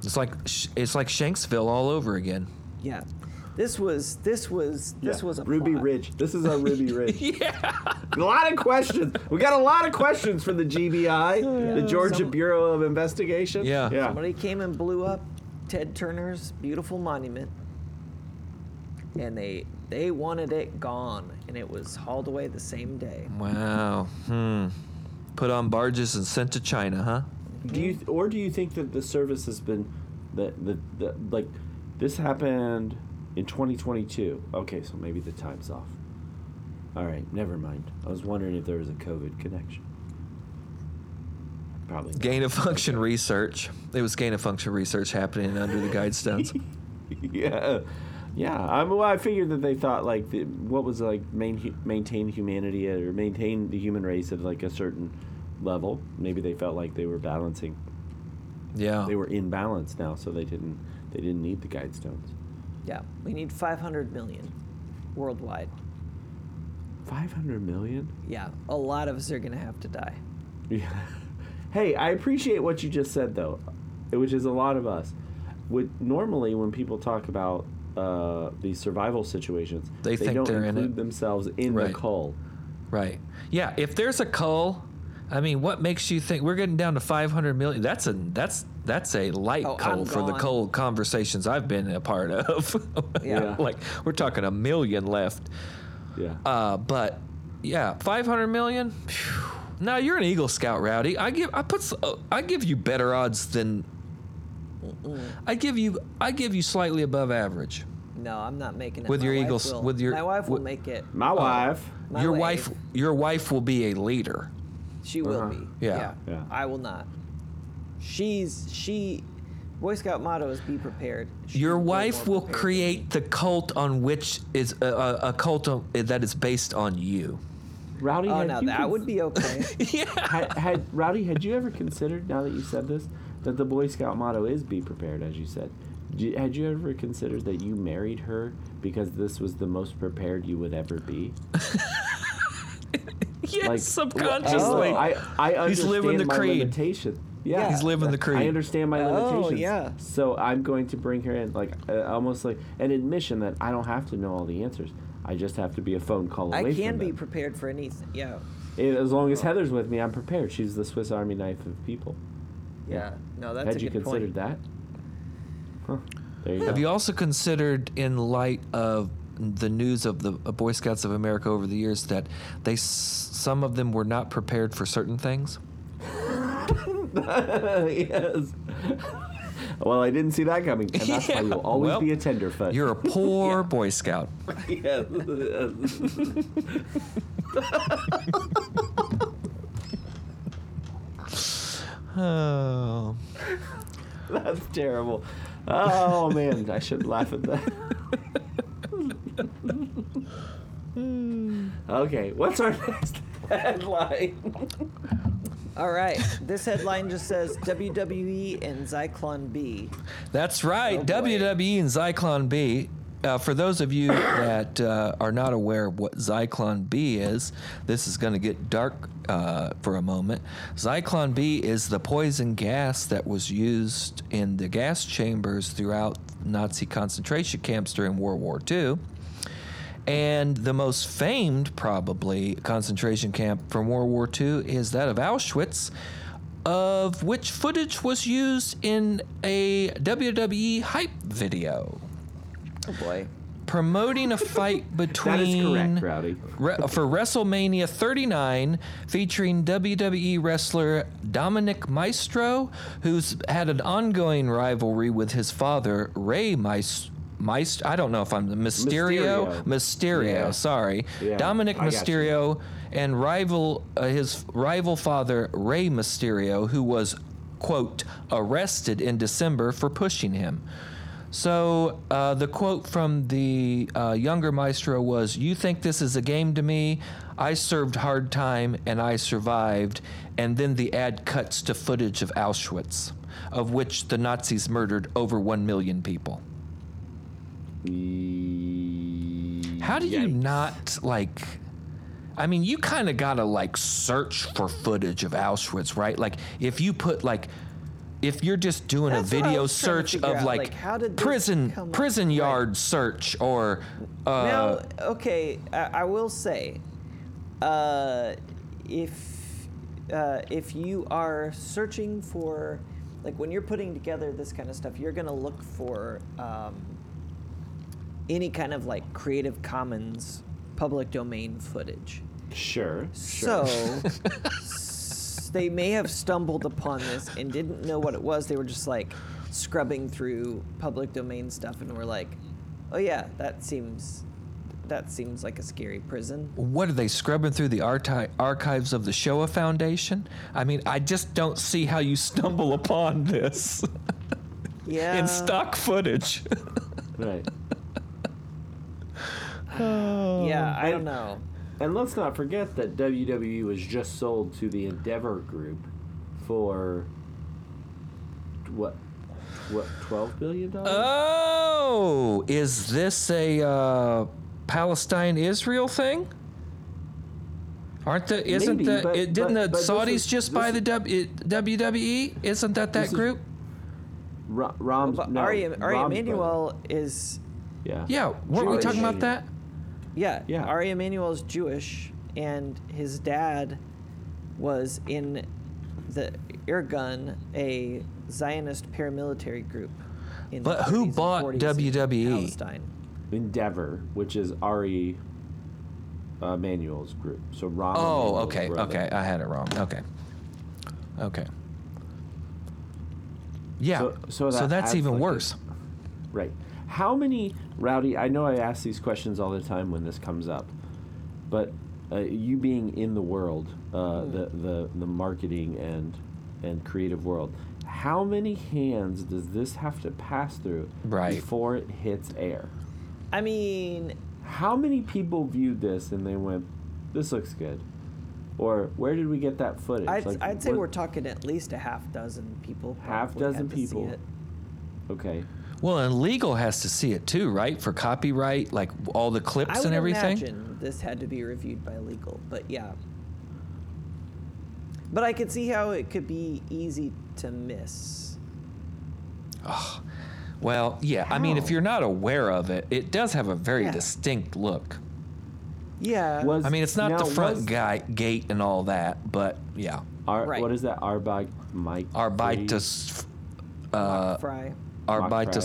it's like sh- it's like Shanksville all over again.
Yeah. This was this was this
Yeah.
was a
Ruby
plot.
Ridge. This is a Ruby Ridge. yeah. A lot of questions. We got a lot of questions for the GBI, the Georgia
Some-
Bureau of Investigation.
Yeah.
Yeah.
Somebody came and blew up Ted Turner's beautiful monument, and they they wanted it gone, and it was hauled away the same day.
Wow. Hmm. Put on barges and sent to China, huh?
Do you th- or do you think that the service has been that the, the like this happened in 2022? Okay, so maybe the time's off. All right, never mind. I was wondering if there was a COVID connection. Probably. not.
Gain of function research. It was gain of function research happening under the guidestones.
yeah, yeah. I, well, I figured that they thought like the, what was like main, hu- maintain humanity at, or maintain the human race at like a certain level. Maybe they felt like they were balancing.
Yeah.
They were in balance now, so they didn't they didn't need the guidestones.
Yeah, we need 500 million worldwide.
Five hundred million.
Yeah, a lot of us are gonna have to die.
Yeah. Hey, I appreciate what you just said though, which is a lot of us. Would normally when people talk about uh, these survival situations,
They think
don't
they're in it.
include themselves in
Right.
the cull.
Right. Yeah. If there's a cull, I mean, what makes you think we're getting down to 500 million? That's a that's that's a light
Oh,
cull
I'm
for the
gone.
cull conversations I've been a part of.
Yeah.
like we're talking a million left.
Yeah.
Uh, but yeah, 500 million. Phew. Now you're an Eagle Scout, Rowdy. I give I put s- uh, I give you better odds than I give you I give you slightly above average.
No, I'm not making it.
With
My
your
wife
Eagles-
will.
with your-
my wife will
wi-
make it.
My
uh,
wife.
My
your
wife.
wife your wife will be a leader.
She will
Uh-huh.
be.
Yeah.
Yeah.
I will not. She's she. Boy Scout motto is be prepared. She's
Your
way
wife
more
will
prepared than me.
create the cult on which is a, a, a cult on, that is based on you.
Rowdy,
Oh
had
no,
you
that
cons-
would be okay.
had, had Rowdy, had you ever considered, now that you said this, that the Boy Scout motto is "Be prepared," as you said? Do- had you ever considered that you married her because this was the most prepared you would ever be?
Yes,
Like-
subconsciously.
Oh, I, I understand
He's living the
my
creed.
limitation. Yeah,
He's living the creed.
I understand my
Oh,
limitations.
yeah.
So I'm going to bring her in, like uh, almost like an admission that I don't have to know all the answers. I just have to be a phone call away
I
from
can be
them.
prepared for anything. Yeah.
It- as long as Heather's with me, I'm prepared. She's the Swiss Army knife of people.
Yeah. No, that's
Had
a
you
good
considered that?
point.
Huh. There you
Have
go.
you also considered, in light of the news of the uh, Boy Scouts of America over the years, that they s- some of them were not prepared for certain things?
yes. well, I didn't see that coming, and that's why you'll always
well,
be a tenderfoot.
You're a poor Boy Scout.
Yes, yes.
Oh.
That's terrible. Oh man, I should laugh at that. okay, what's our next headline?
All right. This headline just says WWE and Zyklon B.
That's right.
boy.
WWE and Zyklon B. Uh, for those of you that uh, are not aware of what Zyklon B is, this is going to get dark uh, for a moment. Zyklon B is the poison gas that was used in the gas chambers throughout Nazi concentration camps during World War II. And the most famed, probably, concentration camp from World War II is that of Auschwitz, of which footage was used in a WWE hype video
Oh boy.
promoting a fight between
That is correct, Rowdy.
Re- for WrestleMania 39, featuring WWE wrestler Dominic Maestro, who's had an ongoing rivalry with his father, Ray Maestro. Meist, I don't know if I'm
Mysterio.
Mysterio. Mysterio, sorry,
Yeah,
Dominic
I got you.
Mysterio, and rival uh, his rival father Ray Mysterio, who was quote arrested in December for pushing him. So uh, the quote from the uh, younger maestro was, "You think this is a game to me? I served hard time and I survived." And then the ad cuts to footage of Auschwitz, of which the Nazis murdered over one million people. How do you not like? I mean, you kind of gotta like search for footage of Auschwitz, right? Like, if you put like if you're just doing
That's
a
what I
video
was trying to
search
figure
of
out,
like,
like, how did this come
prison
up?
prison
Right.
yard search or uh,
now, okay, I, I will say, uh, if uh, if you are searching for, like, when you're putting together this kind of stuff, you're gonna look for um, any kind of like Creative Commons public domain footage.
Sure.
So s- they may have stumbled upon this and didn't know what it was. They were just like scrubbing through public domain stuff and were like, "Oh yeah, that seems that seems like a scary prison."
what are they scrubbing through the arti- archives of the Shoah Foundation? I mean, I just don't see how you stumble upon this
Yeah.
in stock footage.
Right.
Yeah, I
I-
don't know.
And let's not forget that WWE was just sold to the Endeavor Group for what, what, twelve billion dollars?
oh, is this a uh, Palestine Israel thing? Aren't the isn't
Maybe,
the
but-
it, didn't
but-
the
but this
Saudis
is-
just buy
this
the w, it, WWE? Isn't that that
This is-
group?
Ra- Ram,
But
no,
Ari, Ari
Ram's brother.
Emanuel is
Yeah.
yeah, weren't we
Jewish.
talking about that?
yeah,
Yeah.
Ari Emanuel is Jewish and his dad was in the Irgun, a Zionist paramilitary group. In
But
the
who
30s and
bought E?
40s in
WWE?
Palestine.
Endeavor, which is Ari uh, Emanuel's group. So Ram.
Oh,
Emanuel's
okay,
brother.
okay, I had it wrong. Okay, okay. Yeah, so,
So- so that
that's
adds,
even
like, a-
worse.
Right. How many rowdy? I know I ask these questions all the time when this comes up, but uh, you being in the world, uh,
Hmm.
the, the the marketing and and creative world, how many hands does this have to pass through
Right.
before it hits air?
I mean,
How many people viewed this and they went, "This looks good," or "Where did we get that footage?"
I'd,
Like,
I'd say
what-
we're talking at least a half dozen people.
Half
probably had
dozen
to see
people.
it.
okay.
Well, and legal has to see it too, right? For copyright, like all the
I
clips
would
and everything.
imagine this had to be reviewed by legal, but yeah. But I could see how it could be easy to miss.
Well, yeah. I mean, if
How?
you're not aware of it, it does have a very
Yeah.
distinct look.
Yeah.
Was
I mean, it's not
now,
the front
was
guy, gate and all that, but yeah,
Ar-
Right.
What is that? Arbog Mike.
arbitus, uh,
Fry.
arbitus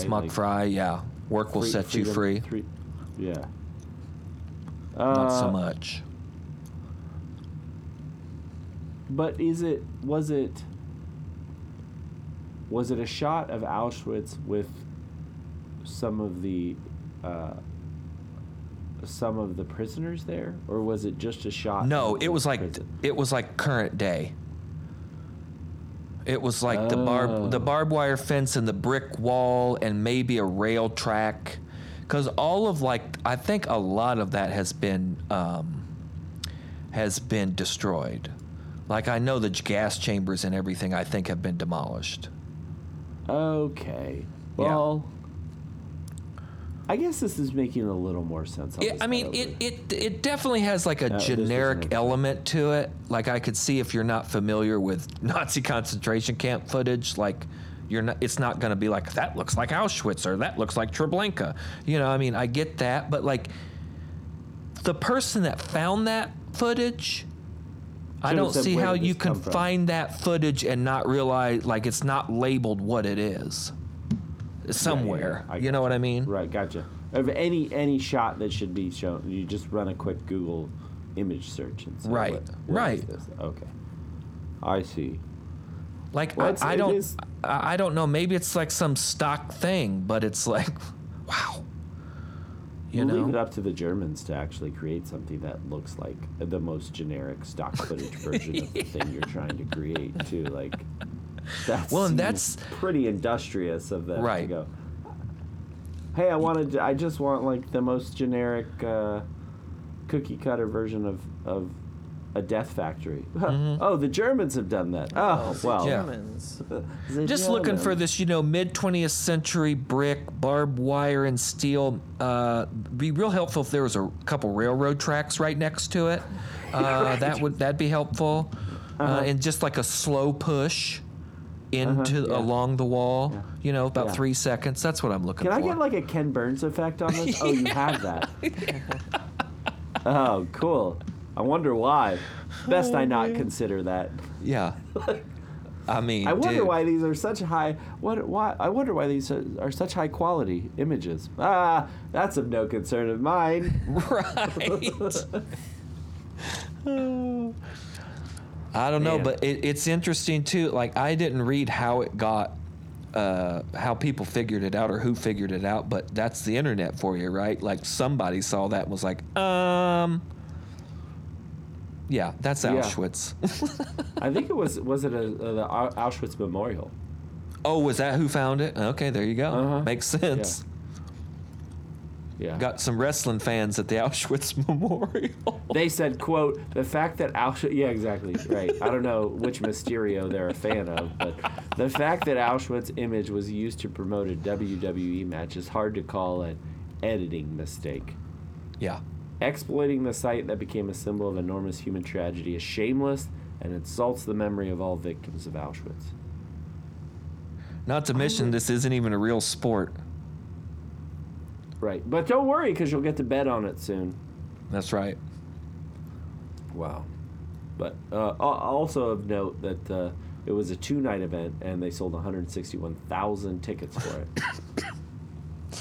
Mock fry,
mock
like-
fry. Yeah, work will
Free-
set you
freedom-
free.
three- yeah.
Not so
Uh,
much.
But is it was it was it a shot of Auschwitz with some of the uh, some of the prisoners there, or was it just a shot?
No,
of
it
the
was like
prison?
it was like current day. It was like the barb the
Oh.
barbed wire fence and the brick wall and maybe a rail track, because all of like I think a lot of that has been um, has been destroyed. Like I know the j- gas chambers and everything I think have been demolished.
okay.
Yeah.
Well, I guess this is making a little more sense. I'll
It,
just
I
not
mean,
over
it,
it.
it it definitely has like a
Uh, this doesn't
generic
have-
element to it. Like I could see if you're not familiar with Nazi concentration camp footage, like you're not. It's not going to be like that looks like Auschwitz or that looks like Treblinka. You know, I mean, I get that, but like the person that found that footage. I
Should've
don't
said,
see
"Where
how
did
you
this
can
come from?"
find that footage and not realize, like, it's not labeled what it is somewhere.
I
You know what I mean?
Right, gotcha. Of any any shot that should be shown, you just run a quick Google image search and see
Right,
what- what is
right.
this. Okay, I see.
Like
Well,
I,
it's-
I
it
don't,
is-
I, I don't know. Maybe it's like some stock thing, but it's like, wow. You
we'll leave it
know,
up to the Germans to actually create something that looks like the most generic stock footage version of the thing you're trying to create, too. Like, that's
Well, and that's-
pretty industrious of them to
Right.
go. Hey, I wanted. To, I just want like the most generic uh, cookie cutter version of of a death factory. oh, the Germans have done that. Oh, well.
Mm-hmm. Yeah.
Germans.
the
just looking for
Germans.
this, you know, mid twentieth century brick, barbed wire, and steel. Uh, be real helpful if there was a couple railroad tracks right next to it.
Uh-huh.
Uh, That would that'd be helpful, uh, and just like a slow push. into
Uh-huh. yeah.
along the wall.
Yeah.
You know, about
Yeah.
three seconds. That's what I'm looking
Can
for.
I get like a Ken Burns effect on this? Oh, you have that. oh, cool. I wonder why. Best I not consider that.
yeah. I mean,
I wonder
dude.
why these are such high. What? Why? I wonder why these are are such high quality images. Ah, that's of no concern of mine.
right. I don't know,
Man.
but it, it's interesting too. Like I didn't read how it got, uh, how people figured it out or who figured it out, but that's the internet for you, right? Like somebody saw that and was like, um, yeah, that's
Yeah.
Auschwitz.
I think it was was it a, a the Au- Auschwitz Memorial?
oh, was that who found it? Okay, there you go.
Uh-huh.
Makes sense.
Yeah.
Got some wrestling fans at the Auschwitz Memorial.
They said, "quote The fact that Auschwitz, yeah, exactly, right. I don't know which Mysterio they're a fan of, but the fact that Auschwitz image was used to promote a WWE match is hard to call an editing mistake.
yeah.
Exploiting the site that became a symbol of enormous human tragedy is shameless and insults the memory of all victims of Auschwitz."
Not to mention, this isn't even a real sport.
Right, but don't worry, because you'll get to bet on it soon.
That's right.
Wow. But uh, al- also of note that uh, it was a two night event and they sold 161,000 tickets for it.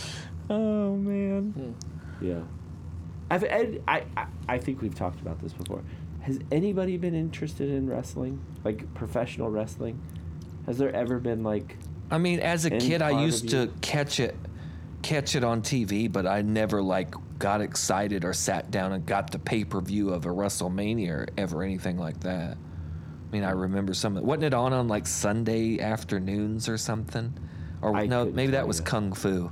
Oh man.
yeah. I've, Ed, I, I, I think we've talked about this before. Has anybody been interested in wrestling? Like professional wrestling? Has there ever been like.
I mean, as a
Any
kid, I
part of
used
you-
to catch it, catch it on TV, but I never like got excited or sat down and got the pay per view of a WrestleMania or ever anything like that. I mean, I remember some. Wasn't it on on like Sunday afternoons or something? Or
I
no,
couldn't
maybe
tell
that was
you.
Kung Fu.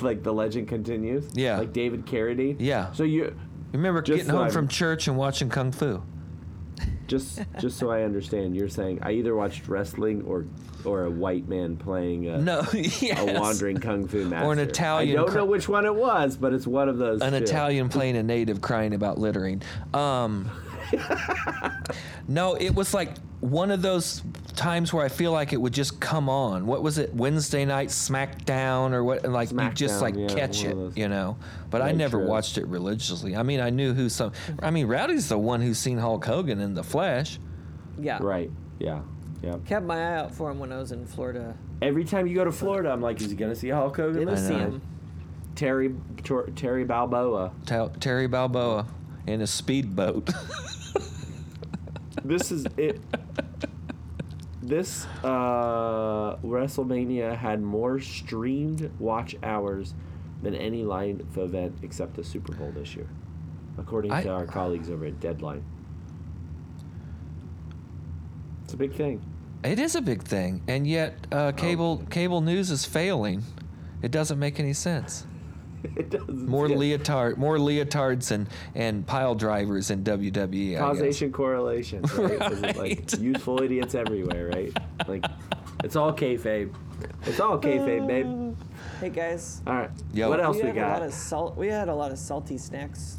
Like the legend continues?
Yeah.
Like David Carradine?
Yeah.
So you.
Remember
Just
getting home
like-
from church and watching Kung Fu?
Just, just so I understand, you're saying I either watched wrestling or, or a white man playing a,
No, yes.
a wandering kung fu master,
an Italian
I don't
cr-
know which one it was, but it's one of those.
an
two.
Italian playing a native crying about littering. Um, no, it was like one of those times where I feel like it would just come on. What was it? Wednesday night SmackDown or what? and, Like you just
SmackDown,
like
yeah,
catch
one
it,
of those.
you know. But I
Yeah,
never
true.
watched it religiously. I mean, I knew who some. I mean, Rowdy's the one who's seen Hulk Hogan in the flesh.
Yeah.
Right. Yeah. Yeah.
Kept my eye out for him when I was in Florida.
Every time you go to Florida, I'm like, is he gonna see Hulk Hogan?
Didn't
this
see
time?
him.
Terry Tor- Terry Balboa.
Ter- Terry Balboa in a speedboat.
This is it. This uh, WrestleMania had more streamed watch hours than any live event except the Super Bowl this year, according
I-
to our colleagues over at Deadline. It's a big thing.
It is a big thing, and yet
Oh.
uh, cable cable news is failing. It doesn't make any sense.
It does.
More
yeah.
leotard, more leotards and and pile drivers in WWE. I guess.
causation correlation right? 'Cause it's
Right.
like youthful idiots everywhere right like it's all kayfabe it's all kayfabe babe
Hey guys.
all right
Yo.
what else we,
have A lot
got
of salt. We had a lot of salty snacks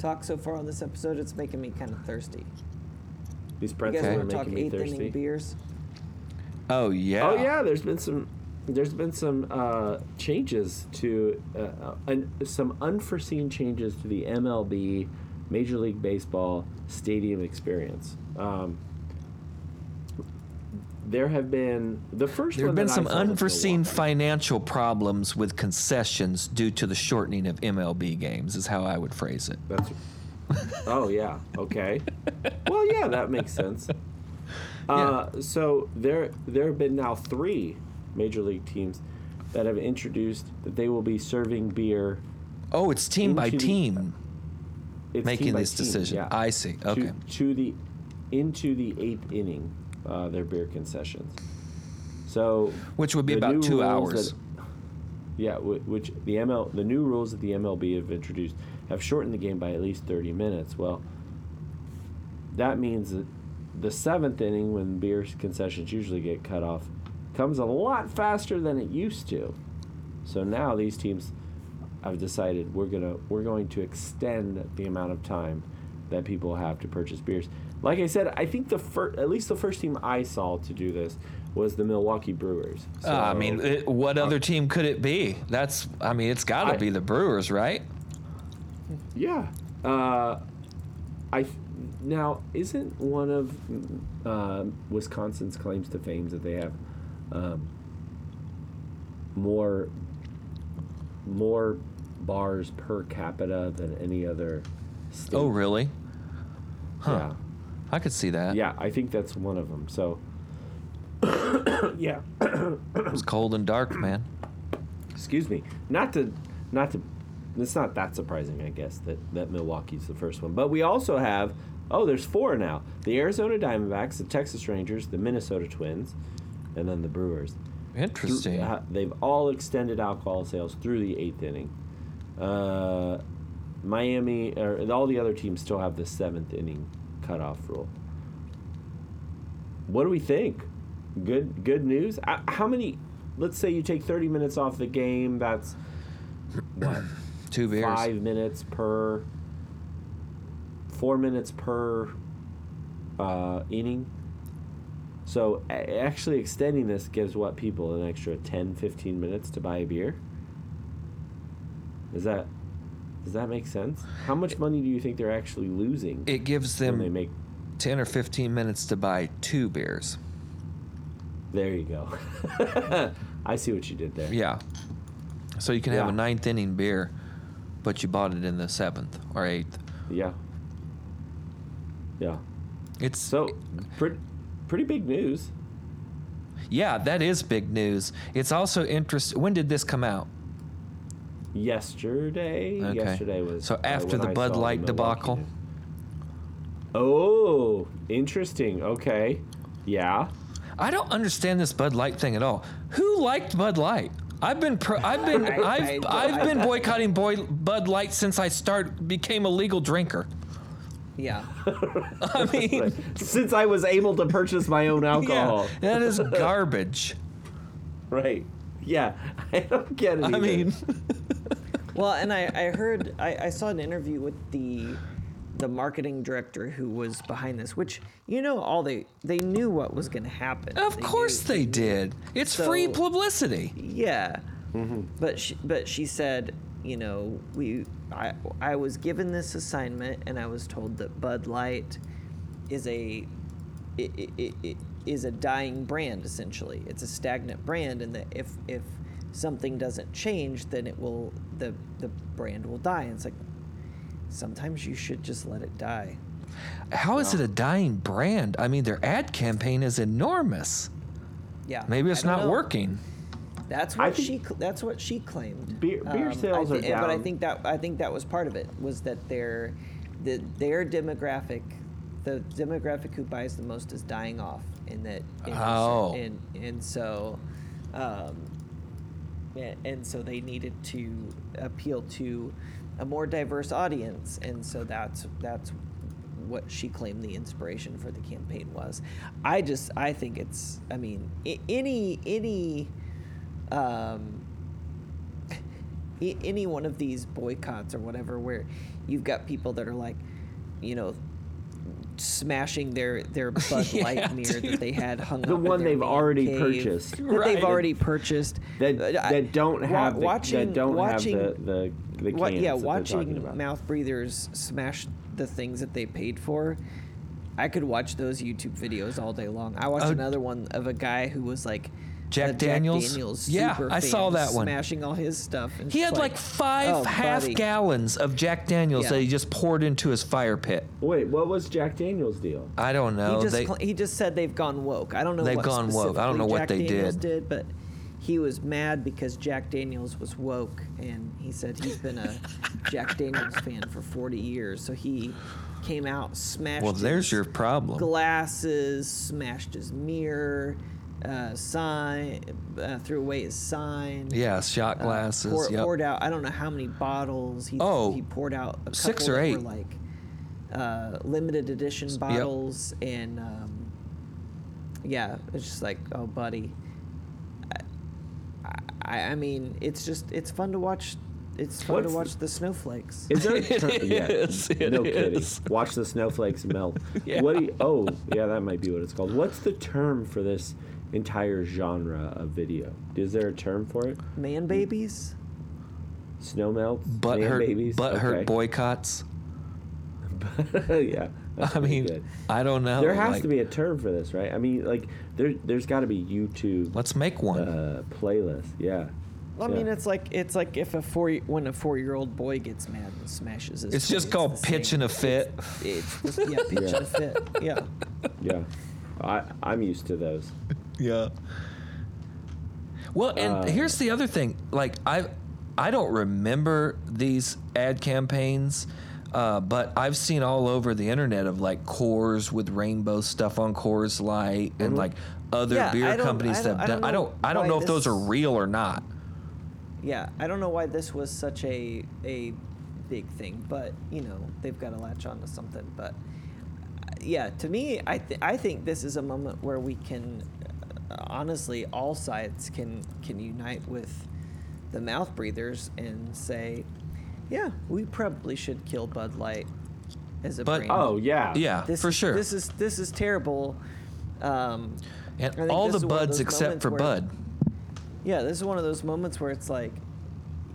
talk so far on this episode. It's making me kind of thirsty.
these
You guys
pretzels
Okay.
are
want to talk
making me
eighth
thirsty
inning beers?
Oh yeah.
oh yeah there's been some there's been some uh, changes to uh, uh, un- some unforeseen changes to the mlb major league baseball stadium experience um, there have been the first
There have
one
been
that I
some
saw was
unforeseen
Milwaukee.
financial problems with concessions due to the shortening of MLB games. Is how I would phrase it.
That's. Oh yeah. Okay. well, yeah, that makes sense. Uh, So there, there have been now three major league teams that have introduced that they will be serving beer.
Oh, it's team by
Into the-
team
It's
making
team by
this
team,
decision.
yeah,
I see.
to-
Okay.
To, the, into the eighth inning, uh, their beer concessions. So.
Which would be
the
about
new
two
rules
hours.
that- yeah, wh- which the ML the new rules that the MLB have introduced have shortened the game by at least thirty minutes. Well, that means that the seventh inning, when beer concessions usually get cut off, comes a lot faster than it used to. So now these teams have decided we're gonna we're going to extend the amount of time that people have to purchase beers. Like I said, I think the first, at least the first team I saw to do this was the Milwaukee Brewers. So,
Uh, Ah,
uh,
I mean, it, what other team could it be? That's, I mean, it's got
I-
to be the Brewers, right?
yeah. Uh, I th- now isn't one of uh, Wisconsin's claims to fame that they have um, more more bars per capita than any other state.
Oh, really? Huh.
Yeah.
I could see that.
Yeah, I think that's one of them. So, yeah.
It was cold and dark, man.
Excuse me. Not to, not to. It's not that surprising, I guess, that that Milwaukee's the first one. But we also have. Oh, there's four now. The Arizona Diamondbacks, the Texas Rangers, the Minnesota Twins, and then the Brewers.
Interesting.
Uh, they've all extended alcohol sales through the eighth inning. Uh, Miami or and all the other teams still have the seventh inning cutoff rule. What do we think? Good, good news. Uh, How many? Let's say you take thirty minutes off the game. That's
Two beers.
five minutes per. Four minutes per uh, inning. So a- actually extending this gives what people an extra 10, 15 minutes to buy a beer. Is that does that make sense? How much money do you think they're actually losing
It gives
when they
them
make?
10 or 15 minutes to buy two beers.
There you go. I see what you did there.
Yeah. So you can have
Yeah.
a ninth inning beer, but you bought it in the seventh or eighth.
Yeah. Yeah.
It's
So pretty, pretty big news.
yeah, that is big news. It's also interesting. When did this come out?
Yesterday.
Okay.
Yesterday was
So
uh,
after
when
the
I
Bud
saw the
Light
Milwaukee
debacle?
news. Oh, interesting. Okay. Yeah.
I don't understand this Bud Light thing at all. Who liked Bud Light? I've been pro- I've been
I-
I've,
I-
I've been boycotting boy Bud Light since I start became a legal drinker.
Yeah.
I mean,
Since I was able to purchase my own
yeah,
alcohol.
that is garbage.
Right. Yeah. I don't get it.
I
either.
mean,
Well, and I, I heard I, I saw an interview with the the marketing director who was behind this, which you know all they they knew what was going to happen.
of
They
course
knew-
they did. It's free
So-
publicity.
Yeah.
Mm-hmm.
But she, but she said, you know, we I I was given this assignment and I was told that Bud Light is a i- i- i- i- is a dying brand essentially. It's a stagnant brand and that if if something doesn't change then it will the the brand will die. And it's like sometimes you should just let it die.
How is it a dying brand? I mean, their ad campaign is enormous.
Yeah.
Maybe it's
I don't
not
know.
working.
That's
I
what
think-
she cl- that's what she claimed. Um,
Beer- beer sales
I
are
thi- but I
down.
think that I think that was part of it was that their the, their demographic, the demographic who buys the most is dying off, and that and so-
Oh.
and and so, um, a- and so they needed to appeal to a more diverse audience, and so that's that's what she claimed the inspiration for the campaign was. I just I think it's I mean a- any any um, a- any one of these boycotts or whatever, where you've got people that are like, you know, smashing their their Bud
Yeah,
Light mirror
dude.
that they had hung
The
up in
one
their
they've
man
already
cave,
purchased.
that
Right.
they've already purchased
That,
Uh, I-
that don't
wa-
have the,
watching
that don't
watching
have the the, the cans
wa- yeah
that they're talking about.
watching mouth breathers smash the things that they paid for i could watch those youtube videos all day long i watched
Oh.
another one of a guy who was like
Jack
a
Daniels?
Daniels
Yeah,
super
I saw
fan,
that one.
smashing all his stuff and
He
just
had like, five
"Oh,
half
buddy."
gallons of Jack Daniels
Yeah.
that he just poured into his fire pit.
Wait, what was Jack Daniels' deal?
I don't
he
know.
just
They,
cl- he just said they've gone woke. I don't know.
They've
what
gone woke. I don't know
specifically
what
Jack
they
Daniels
did.
did, but he was mad because Jack Daniels was woke, and he said he's been a Jack Daniels fan for 40 years. So he came out, smashed.
well, there's
his
your problem.
glasses, smashed his mirror, uh, sign, uh, threw away his sign.
yeah, shot
uh,
glasses.
pour-
yep.
Poured out. I don't know how many bottles. He,
Oh,
he poured out a couple
six or
that were,
eight.
like uh, limited edition bottles and um, yeah, it's just like oh, buddy. I, I, I mean, it's just it's fun to watch It's fun
What's
to
the-
watch the snowflakes.
Is there?
It
yeah.
is, it
no
is.
kidding. Watch the snowflakes melt. What? Do you, oh, yeah, that might be what it's called. What's the term for this entire genre of video? Is there a term for it?
Man babies?
Snow melts.
Butt
man
hurt,
babies.
butt
Okay.
hurt boycotts.
yeah. that's
I
pretty
mean,
good.
I don't know.
there has
like,
to be a term for this, right? I mean, like there there's got to be YouTube
Let's make one.
uh, playlist. Yeah.
I mean,
Yeah.
it's like it's like if a four when a four year old boy gets mad and smashes his.
it's just
face,
called
the same.
pitching a fit.
It's just, yeah, pitch
Yeah.
a fit. Yeah,
Yeah. I I'm used to those.
Yeah. Well, and
Uh,
here's the other thing. Like I, I don't remember these ad campaigns, uh, but I've seen all over the internet of like Coors with rainbow stuff on Coors Light and like other
Mm-hmm. Yeah, I
beer
don't-
companies
I
that
don't-
have done. I don't. I don't
why
know if those
this-
are real or not.
yeah. I don't know why this was such a a big thing, but you know they've got to latch onto something. But uh, yeah, to me, I th- I think this is a moment where we can uh, honestly all sides can can unite with the mouth breathers and say, yeah, we probably should kill Bud Light as a
But-
brand.
Oh yeah.
Yeah,
this
for
is,
sure.
This is this is terrible. Um, I
and
think
all
this
the
is one of
buds
those
except
moments
for
where-
Bud.
Yeah, this is one of those moments where it's like,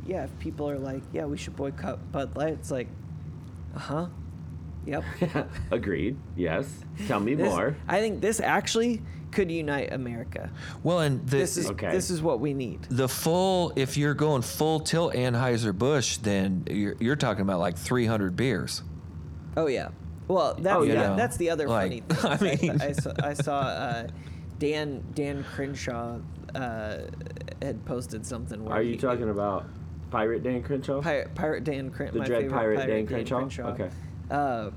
yeah, if people are like, yeah, we should boycott Bud Light, it's like, uh huh, yep.
Agreed. Yes. Tell me
This-
more.
I think this actually could unite America.
Well, and the,
This is
Okay.
this is what we need.
the full. If you're going full tilt Anheuser Busch, then you're, you're talking about like 300 beers.
Oh yeah. Well, that's
Oh,
that,
yeah.
that's the other
Like,
funny
I
thing.
mean-
I, saw, I saw uh, Dan Dan Crenshaw uh, had posted something. Where
Are you
he-
talking about Pirate Dan Crenshaw?
Pirate, Pirate Dan Crenshaw.
The
my
Dread
favorite
Pirate Dan Crenshaw? Okay.
Uh,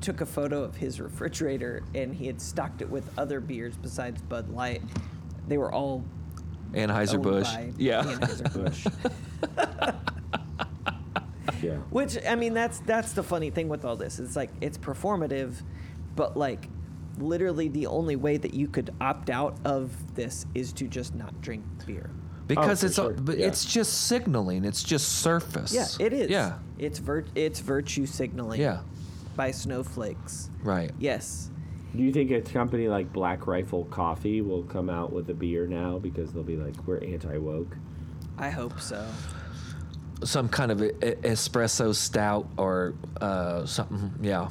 took a photo of his refrigerator and he had stocked it with other beers besides Bud Light. They were all
Anheuser
owned
Busch.
by
Yeah.
Anheuser-Busch.
yeah.
Which I mean, that's that's the funny thing with all this. It's like it's performative, but like literally the only way that you could opt out of this is to just not drink beer.
because
for
it's all
sure.
but
Yeah.
it's just signaling. It's just surface.
Yeah, it is.
Yeah,
It's vir- it's virtue signaling.
Yeah.
By snowflakes.
right.
Yes.
Do you think a company like Black Rifle Coffee will come out with a beer now because they'll be like, we're anti woke?
I hope so.
Some kind of e- e- espresso stout or uh, something. Yeah,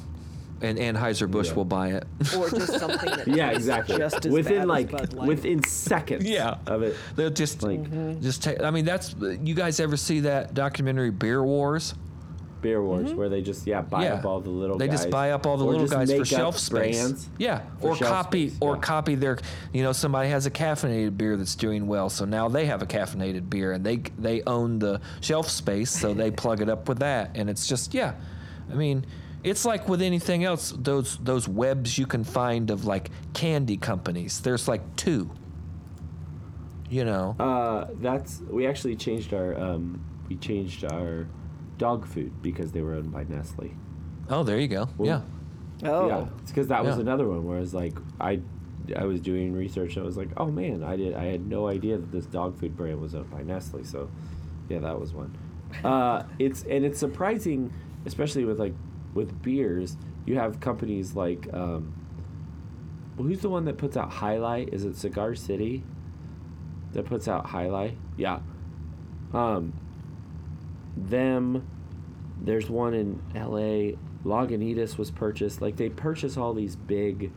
and Anheuser Busch
Yeah.
will buy it.
Or just something that
Yeah,
tastes
exactly.
just as
within
bad
like
as Bud Light.
within seconds.
Yeah.
Of it.
They'll just
Like-
Mm-hmm.
just take. I mean, that's you guys ever see that documentary Beer Wars?
Beer
Mm-hmm.
wars where they just yeah buy
yeah,
up all the little
they
guys.
just buy up all the
Or
little
just
guys
make
for
up
shelf space.
brands.
Yeah,
for
or
shelf
copy
space,
or
yeah.
copy their. You know, somebody has a caffeinated beer that's doing well, so now they have a caffeinated beer and they they own the shelf space, so they plug it up with that, and it's just yeah. I mean, it's like with anything else. Those those webs you can find of like candy companies. There's like two. You know.
Uh, that's we actually changed our um, we changed our dog food because they were owned by Nestle.
oh, there you go. yeah.
Oh.
Yeah, it's because that was
Yeah.
another one where I was like, I, I was doing research and I was like, oh man, I did, I had no idea that this dog food brand was owned by Nestle. So, yeah, that was one. Uh, it's and it's surprising, especially with like, with beers, you have companies like, um, well, who's the one that puts out Highlight? Is it Cigar City? That puts out Highlight. Yeah. Um. Them. There's one in L.A. Lagunitas was purchased. Like they purchase all these big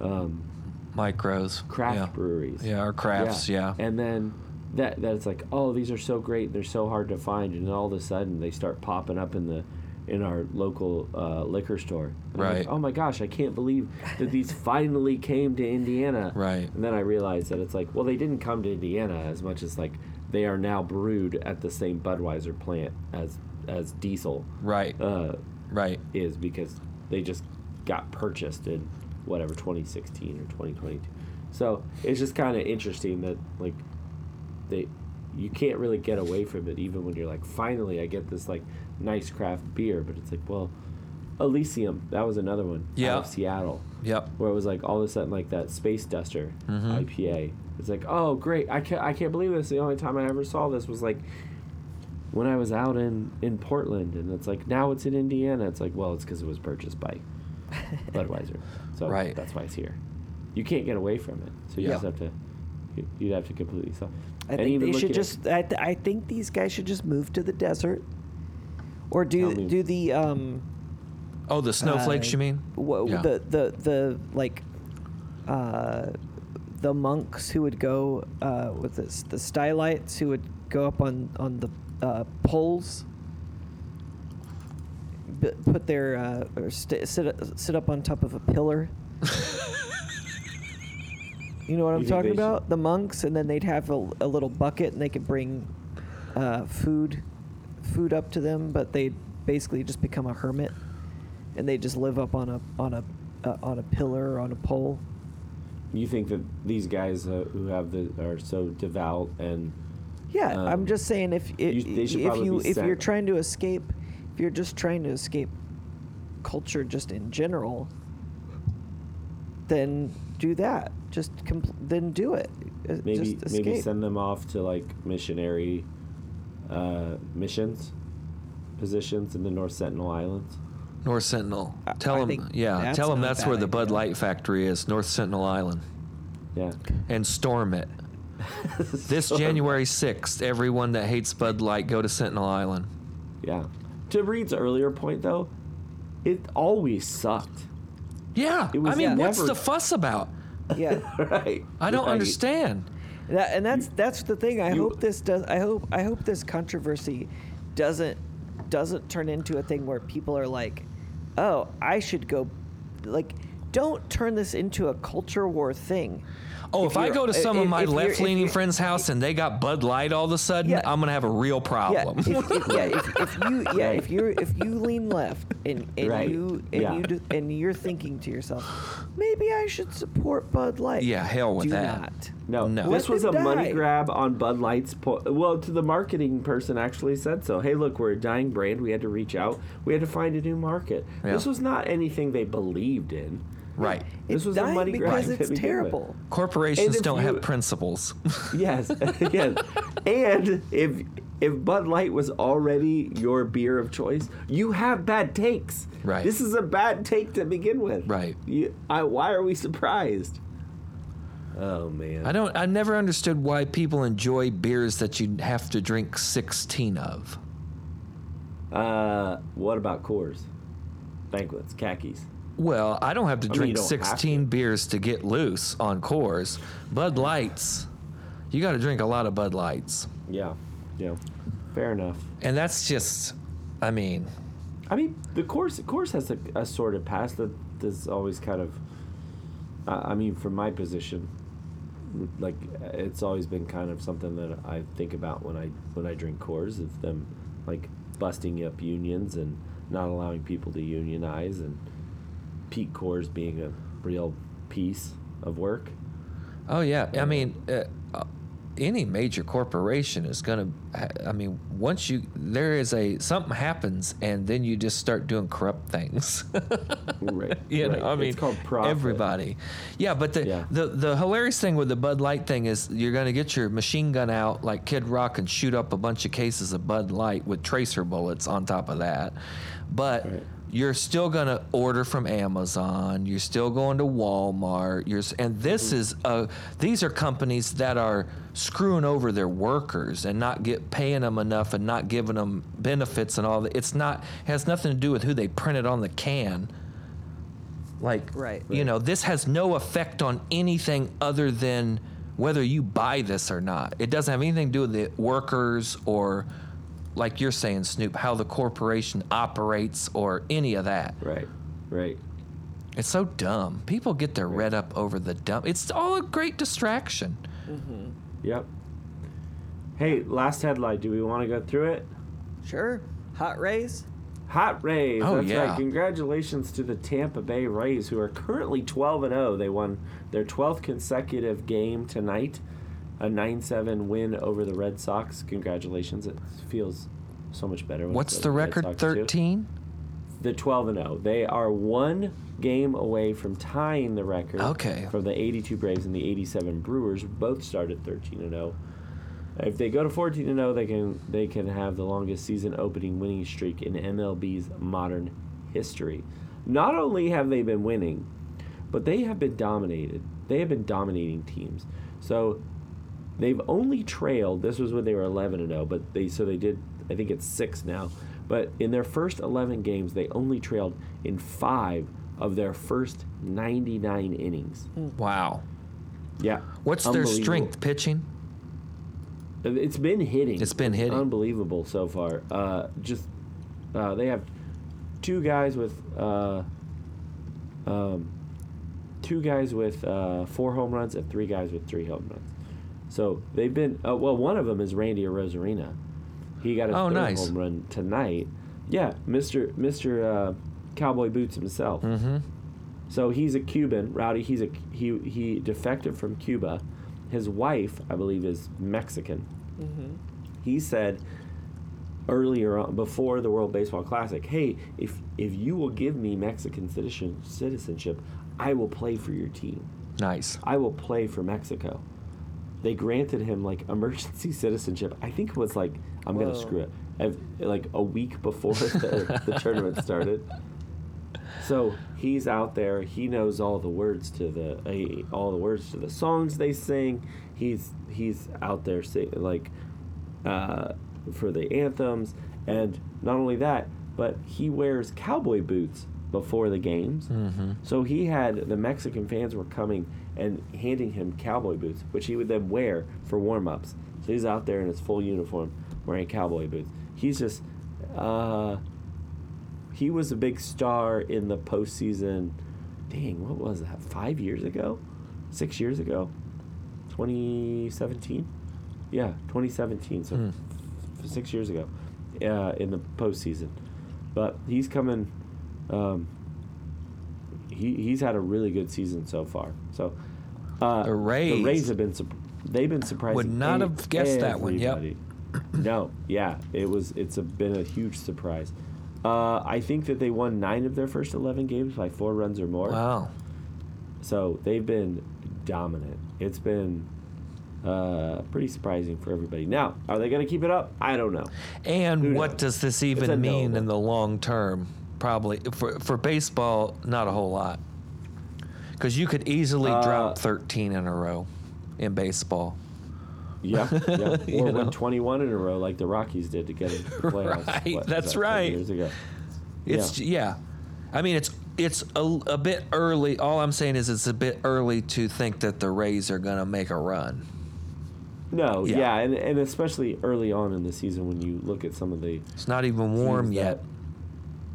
um,
Micros.
craft
yeah.
breweries.
Yeah, or crafts. Yeah.
And then that that's like, oh, these are so great. They're so hard to find, and then all of a sudden they start popping up in the in our local uh, liquor store. And I'm like,
Right.
oh my gosh, I can't believe that these finally came to Indiana.
Right.
And then I realized that it's like, well, they didn't come to Indiana as much as like they are now brewed at the same Budweiser plant as as Diesel
Right.
uh,
right.
is because they just got purchased in whatever 2016 or 2022. So it's just kind of interesting that like they you can't really get away from it even when you're like finally I get this like nice craft beer, but it's like well Elysium that was another one
Yeah.
out of Seattle
Yep.
where it was like all of a sudden like that space duster
Mm-hmm.
IPA. It's like oh great I can't I can't believe this. The only time I ever saw this was like when I was out in in Portland, and it's like now it's in Indiana. It's like well, it's because it was purchased by Budweiser, so
Right.
that's why it's here. You can't get away from it, so you
Yeah.
just have to. you- You'd have to completely sell.
I think they should just. I, th- I think these guys should just move to the desert, or
Tell me.
do do the um,
Oh, the snowflakes,
uh,
you mean?
wha-
Yeah.
the the the like, uh, the monks who would go uh with this the stylites who would go up on on the uh, poles. B- put their uh, or st- sit sit up on top of a pillar. You know what
You
I'm
think
talking
they should-
about? The monks, and then they'd have a, a little bucket, and they could bring uh, food, food up to them. But they basically just become a hermit, and they just live up on a on a uh, on a pillar or on a pole.
You think that these guys uh, who have the are so devout and
Yeah,
Um,
I'm just saying if it,
you- they should
if
probably
you
be
if you're
sent.
trying to escape, if you're just trying to escape culture just in general, then do that. Just compl- then do it. Uh,
maybe
just escape.
maybe send them off to like missionary uh, missions positions in the North Sentinel Islands.
North Sentinel.
I- I
Tell them,
think
yeah.
that's
Tell them
not a
that's
bad
where the Bud
idea.
Light factory is, North Sentinel Island,
Yeah.
and storm it. This
So-
January sixth, everyone that hates Bud Light go to Sentinel Island.
Yeah. To Reed's earlier point though, it always sucked.
Yeah,
It was
I mean,
Yeah.
what's
never-
the fuss about?
yeah.
right.
I don't
Right.
understand.
That, and that's that's the thing. I
you-
hope this does. I hope I hope this controversy doesn't doesn't turn into a thing where people are like, "Oh, I should go." Like, don't turn this into a culture war thing.
Oh,
If
if, I
you're-
go to some
if-
of my
if you're- if
left-leaning
you're-
friends' house and they got Bud Light all of a sudden,
Yeah.
I'm gonna have a real
Yeah,
problem.
if, if- yeah, if, if you yeah if you if you lean left and, and
Right.
you and
Yeah.
you do, and you're thinking to yourself, maybe I should support Bud Light.
Yeah, hell with
do
that.
Not.
No,
No.
this
Let
was a
them
money
die.
grab on Bud Light's. Po- well, to the marketing person actually said so. Hey, look, we're a dying brand. We had to reach out. We had to find a new market.
Yeah.
This was not anything they believed in.
right?
This
It's
was a
dying
money grab
because
to
it's
begin with.
terrible.
And
Corporations
if
don't
you-
have principles.
Yes, yes. And if if Bud Light was already your beer of choice, you have bad takes.
Right.
This is a bad take to begin with.
Right.
You, I, why are we surprised? Oh man.
I don't. I never understood why people enjoy beers that you have to drink 16 of.
Uh, what about Coors? Banquets, khakis.
Well, I don't have to
mean, you
drink
don't have
16 beers to get loose on Coors. Bud Lights, you got to drink a lot of Bud Lights,
Yeah, yeah. Fair enough.
and that's just. I mean,
I mean, the course course has a, a sort of past that is always kind of. I I mean, from my position, like it's always been kind of something that I think about when I when I drink Coors of them, like busting up unions and not allowing people to unionize and Pete Coors being a real piece of work.
oh yeah. I mean, uh, uh, any major corporation is gonna. ha- I mean, once you there is a something happens, and then you just start doing corrupt things.
Right.
You
right.
know, I mean,
it's called profit.
everybody. Yeah, but the,
Yeah.
the the hilarious thing with the Bud Light thing is you're going to get your machine gun out like Kid Rock and shoot up a bunch of cases of Bud Light with tracer bullets on top of that. But
Right.
you're still going to order from Amazon. You're still going to Walmart. You're s- and this
Mm-hmm.
is uh these are companies that are screwing over their workers and not get paying them enough and not giving them benefits and all that. It's not has nothing to do with who they printed on the can. Like,
Right.
you know, this has no effect on anything other than whether you buy this or not. It doesn't have anything to do with the workers or, like you're saying, Snoop, how the corporation operates or any of that.
Right. Right.
It's so dumb. People get their red up over the dumb. It's all a great distraction.
Yep. Hey, last headline. Do we want to go through it?
Sure, hot rays.
Hot Rays.
Oh,
That's right.
yeah.
Congratulations to the Tampa Bay Rays, who are currently 12 and 0. They won their 12th consecutive game tonight, a 9-7 win over the Red Sox. Congratulations. It feels so much better. When
What's
it's
the
Red
record?
Sox, too.
13?
The 12 and 0. They are one game away from tying the record.
Okay.
From the 82 Braves and the 87 Brewers, who both started 13 and 0. oh. If they go to 14 and 0, they can they can have the longest season opening winning streak in MLB's modern history. Not only have they been winning, but they have been dominated. They have been dominating teams. So they've only trailed. This was when they were 11 and 0, but they so they did. I think it's six now. But in their first 11 games, they only trailed in five of their first 99 innings.
Wow.
Yeah.
What's their
Unbelievable. Uh,
strength? Pitching?
It's been hitting.
It's been hitting.
Unbelievable so far. Uh, just uh, they have two guys with uh, um, two guys with uh, four home runs and three guys with three home runs. So they've been uh, well. One of them is Randy Rosarina. He got his
Oh,
third
nice.
home run tonight. Yeah, Mister Mister uh, Cowboy Boots himself.
Mm-hmm.
So he's a Cuban, Rowdy. He's a he he defected from Cuba. His wife, I believe, is Mexican. He said earlier on, before the World Baseball Classic, "Hey, if if you will give me Mexican citizen citizenship, I will play for your team.
Nice.
I will play for Mexico." They granted him like emergency citizenship. I think it was like I'm
Whoa.
gonna screw it. I've, like a week before the, the tournament started. So he's out there. He knows all the words to the uh, all the words to the songs they sing. He's he's out there sing, like uh, for the anthems, and not only that, but he wears cowboy boots before the games.
Hmm.
Mm-hmm. So he had the Mexican fans were coming and handing him cowboy boots, which he would then wear for warm ups. So he's out there in his full uniform, wearing cowboy boots. He's just. Uh, he was a big star in the postseason. Dang, what was that? Five years ago? Six years ago? 2017? Yeah, 2017. So f- f- six years ago uh, in the postseason. But he's coming. Um, he, he's had a really good season so far. So uh,
The Rays.
the Rays have been sup- they've been surprising.
Would not have guessed that one, yep.
everybody. no, yeah, it was. It's a, been a huge surprise. Uh, I think that they won nine of their first eleven games by four runs or more.
Wow.
So they've been dominant. It's been uh, pretty surprising for everybody. Now, are they going to keep it up? I don't know.
And
Who
what
knows?
does this
a
even mean
no.
in the long term? Probably for for baseball, not a whole lot, because you could easily
Uh,
drop 13 in a row in baseball.
Yeah, yeah. or
You
win
know?
21 in a row like the Rockies did to get into the playoffs.
Right,
was
that's
that, ten
right.
Years ago.
It's yeah. I mean, it's it's a, a bit early. All I'm saying is it's a bit early to think that the Rays are gonna make a run.
No,
Yeah.
yeah, and, and especially early on in the season when you look at some of the
It's not even warm
teams
yet.
that-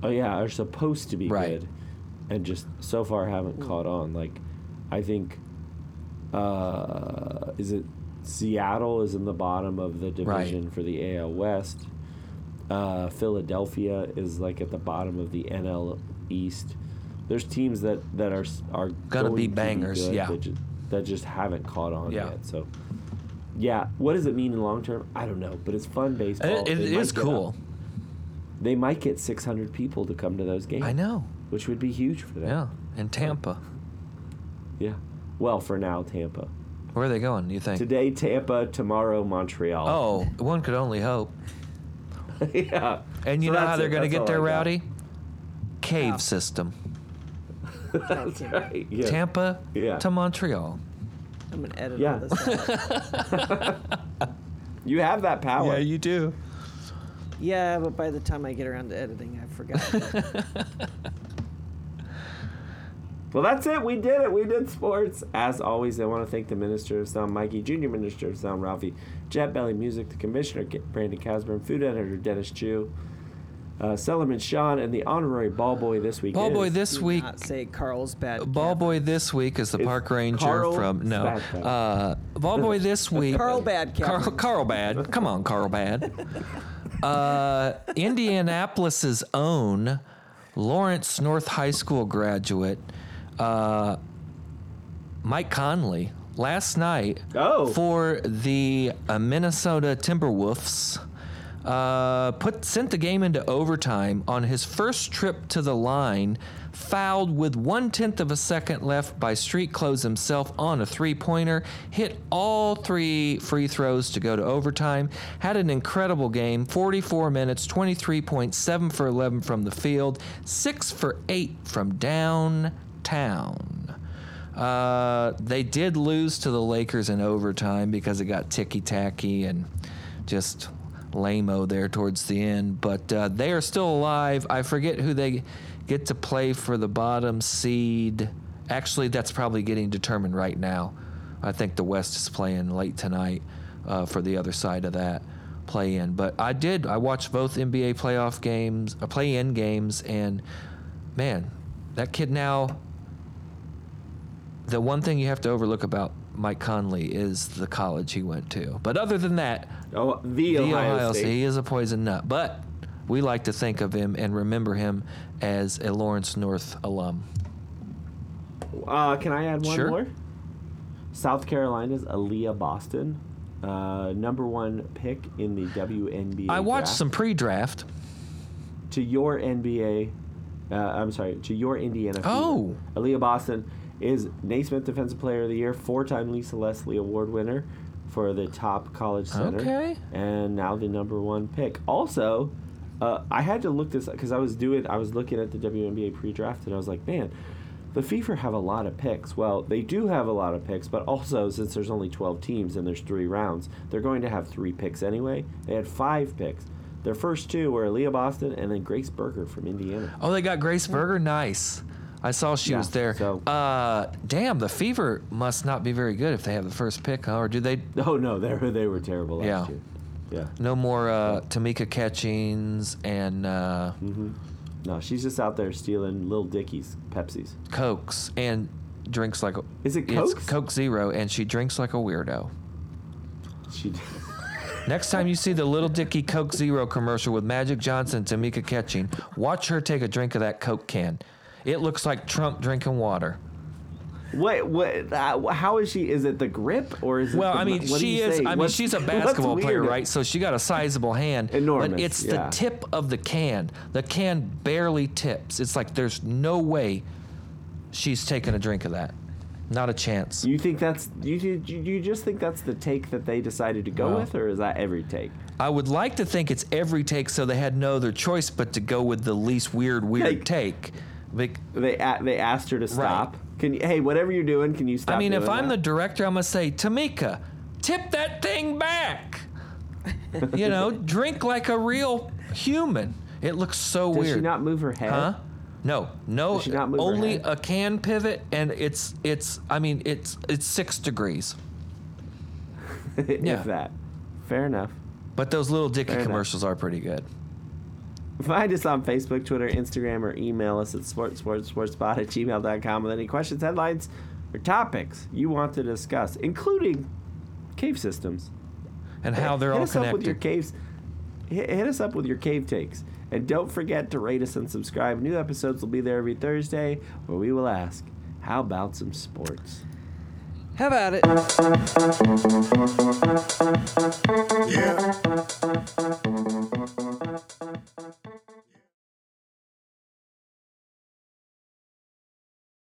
oh yeah, are supposed to be
Right.
good, and just so far haven't caught on. Like, I think, uh, is it Seattle is in the bottom of the division for the AL West. Uh, Philadelphia is like at the bottom of the NL East. There's teams that that are s- are
Gonna be
going to
bangers,
good
yeah.
That just, that just haven't caught on
Yeah.
yet. So. Yeah, what does it mean in long term? I don't know, but it's fun baseball.
It- it
They might
is
get up
cool.
they might get 600 people to come to those games.
I know.
Which would be huge for them.
Yeah, in Tampa.
Yeah. Well, for now, Tampa.
Where are they going? You think?
Today, Tampa. Tomorrow, Montreal.
Oh, one could only hope.
yeah.
Oh. And you
So
know
that's
how they're
it.
going to
That's
get
all
there,
I got.
Rowdy? Cave system.
That's
Right. Yeah.
Tampa
Yeah.
to Montreal.
I'm gonna edit
Yeah.
all this. Out.
You have that power.
Yeah, you do.
yeah, but by the time I get around to editing, I forgot.
Well, that's it. We did it. We did sports. As always, I want to thank the Minister of Sound, Mikey, Junior Minister of Sound, Ralphie, Jet Belly Music, the Commissioner, K- Brandon Casburn, Food Editor, Dennis Chu, uh, Sellerman Sean, and the honorary ball boy this week.
Ball
is-
boy this
Do
week.
Not say Carlsbad.
Ball
Cap-
boy this week is the
It's
park ranger
Carl
from no.
Spadfest.
Uh, ball boy this week.
Carl Bad
Carl,
Captain.
Carl Bad. Come on, Carl Bad. Uh, Indianapolis's own Lawrence North High School graduate, uh, Mike Conley, last night
Oh.
for the uh, Minnesota Timberwolves. Uh, put sent the game into overtime on his first trip to the line, fouled with one tenth of a second left by Street Close himself on a three pointer, hit all three free throws to go to overtime, had an incredible game 44 minutes, 23.7 for 11 from the field, 6 for 8 from downtown. Uh, they did lose to the Lakers in overtime because it got ticky tacky and just lame-o there towards the end. But uh, they are still alive. I forget who they get to play for the bottom seed. Actually, that's probably getting determined right now. I think the West is playing late tonight uh, for the other side of that play-in. But I did. I watched both NBA playoff games, uh, play-in games, and man, that kid now the one thing you have to overlook about Mike Conley is the college he went to. But other than that,
Oh, the,
the
Ohio, State.
He is a poison nut. But we like to think of him and remember him as a Lawrence North alum.
Uh, can I add one
Sure.
more? South Carolina's Aaliyah Boston, uh, number one pick in the WNBA.
I watched
draft.
some pre-draft.
to your NBA. Uh, I'm sorry, to your Indiana. Fever.
Oh.
Aaliyah Boston is Naismith Defensive Player of the Year, four-time Lisa Leslie Award winner for the top college center,
Okay.
and now the number one pick. Also, uh, I had to look this up because I was doing. I was looking at the WNBA pre-draft, and I was like, man. The FIFA have a lot of picks. Well, they do have a lot of picks, but also since there's only 12 teams and there's three rounds, they're going to have three picks anyway. They had five picks. Their first two were Leah Boston and then Grace Berger from Indiana.
Oh, they got Grace Berger. Nice. I saw she
Yeah,
was there.
so-
Uh, damn, the Fever must not be very good if they have the first pick, huh? Or do they?
Oh no, they were, they were terrible last
Yeah.
year. Yeah.
No more uh, Tamika Catchings and uh,
Mm-hmm. No, she's just out there stealing little Dickies Pepsis.
Cokes and drinks like a,
Is it
It's
Cokes?
Coke Zero, and she drinks like a weirdo.
She
Next time you see the Little Dicky Coke Zero commercial with Magic Johnson, Tamika Catching, watch her take a drink of that Coke can. It looks like Trump drinking water.
What what uh, how is she is it the grip or is it
Well,
the
I
mu-
mean,
what do
she
you
is.
say?
I mean,
What's-
she's a
what's
basketball player,
weirder?
right? So she got a sizable hand. But
Enormous,
it's
yeah.
the tip of the can. The can barely tips. It's like there's no way she's taking a drink of that. Not a chance.
You think that's you, you you just think that's the take that they decided to go
Well.
with or is that every take?
I would like to think it's every take, so they had no other choice but to go with the least weird, weird take. Bec-
They a- they asked her to stop. Can you, hey, whatever you're doing, can you stop?
I mean, if
doing
I'm the
that?
director, I'm gonna say, Tamika, tip that thing back. you know, drink like a real human. It looks so
does
weird.
she not move her head?
Huh? No, no.
Does she not move her
only
head?
a can pivot, and it's it's. I mean, it's it's six degrees.
if
Yeah.
that. Fair enough.
But those little Dicky
Fair enough.
commercials are pretty good.
Find us on Facebook, Twitter, Instagram, or email us at sports, sports, sportspot at gmail.com with any questions, headlines, or topics you want to discuss, including cave systems.
And how they're
hit
all
us up with your
connected.
caves. Hit, hit us up with your cave takes. And don't forget to rate us and subscribe. New episodes will be there every Thursday where we will ask, how about some sports?
How about it?
Yeah.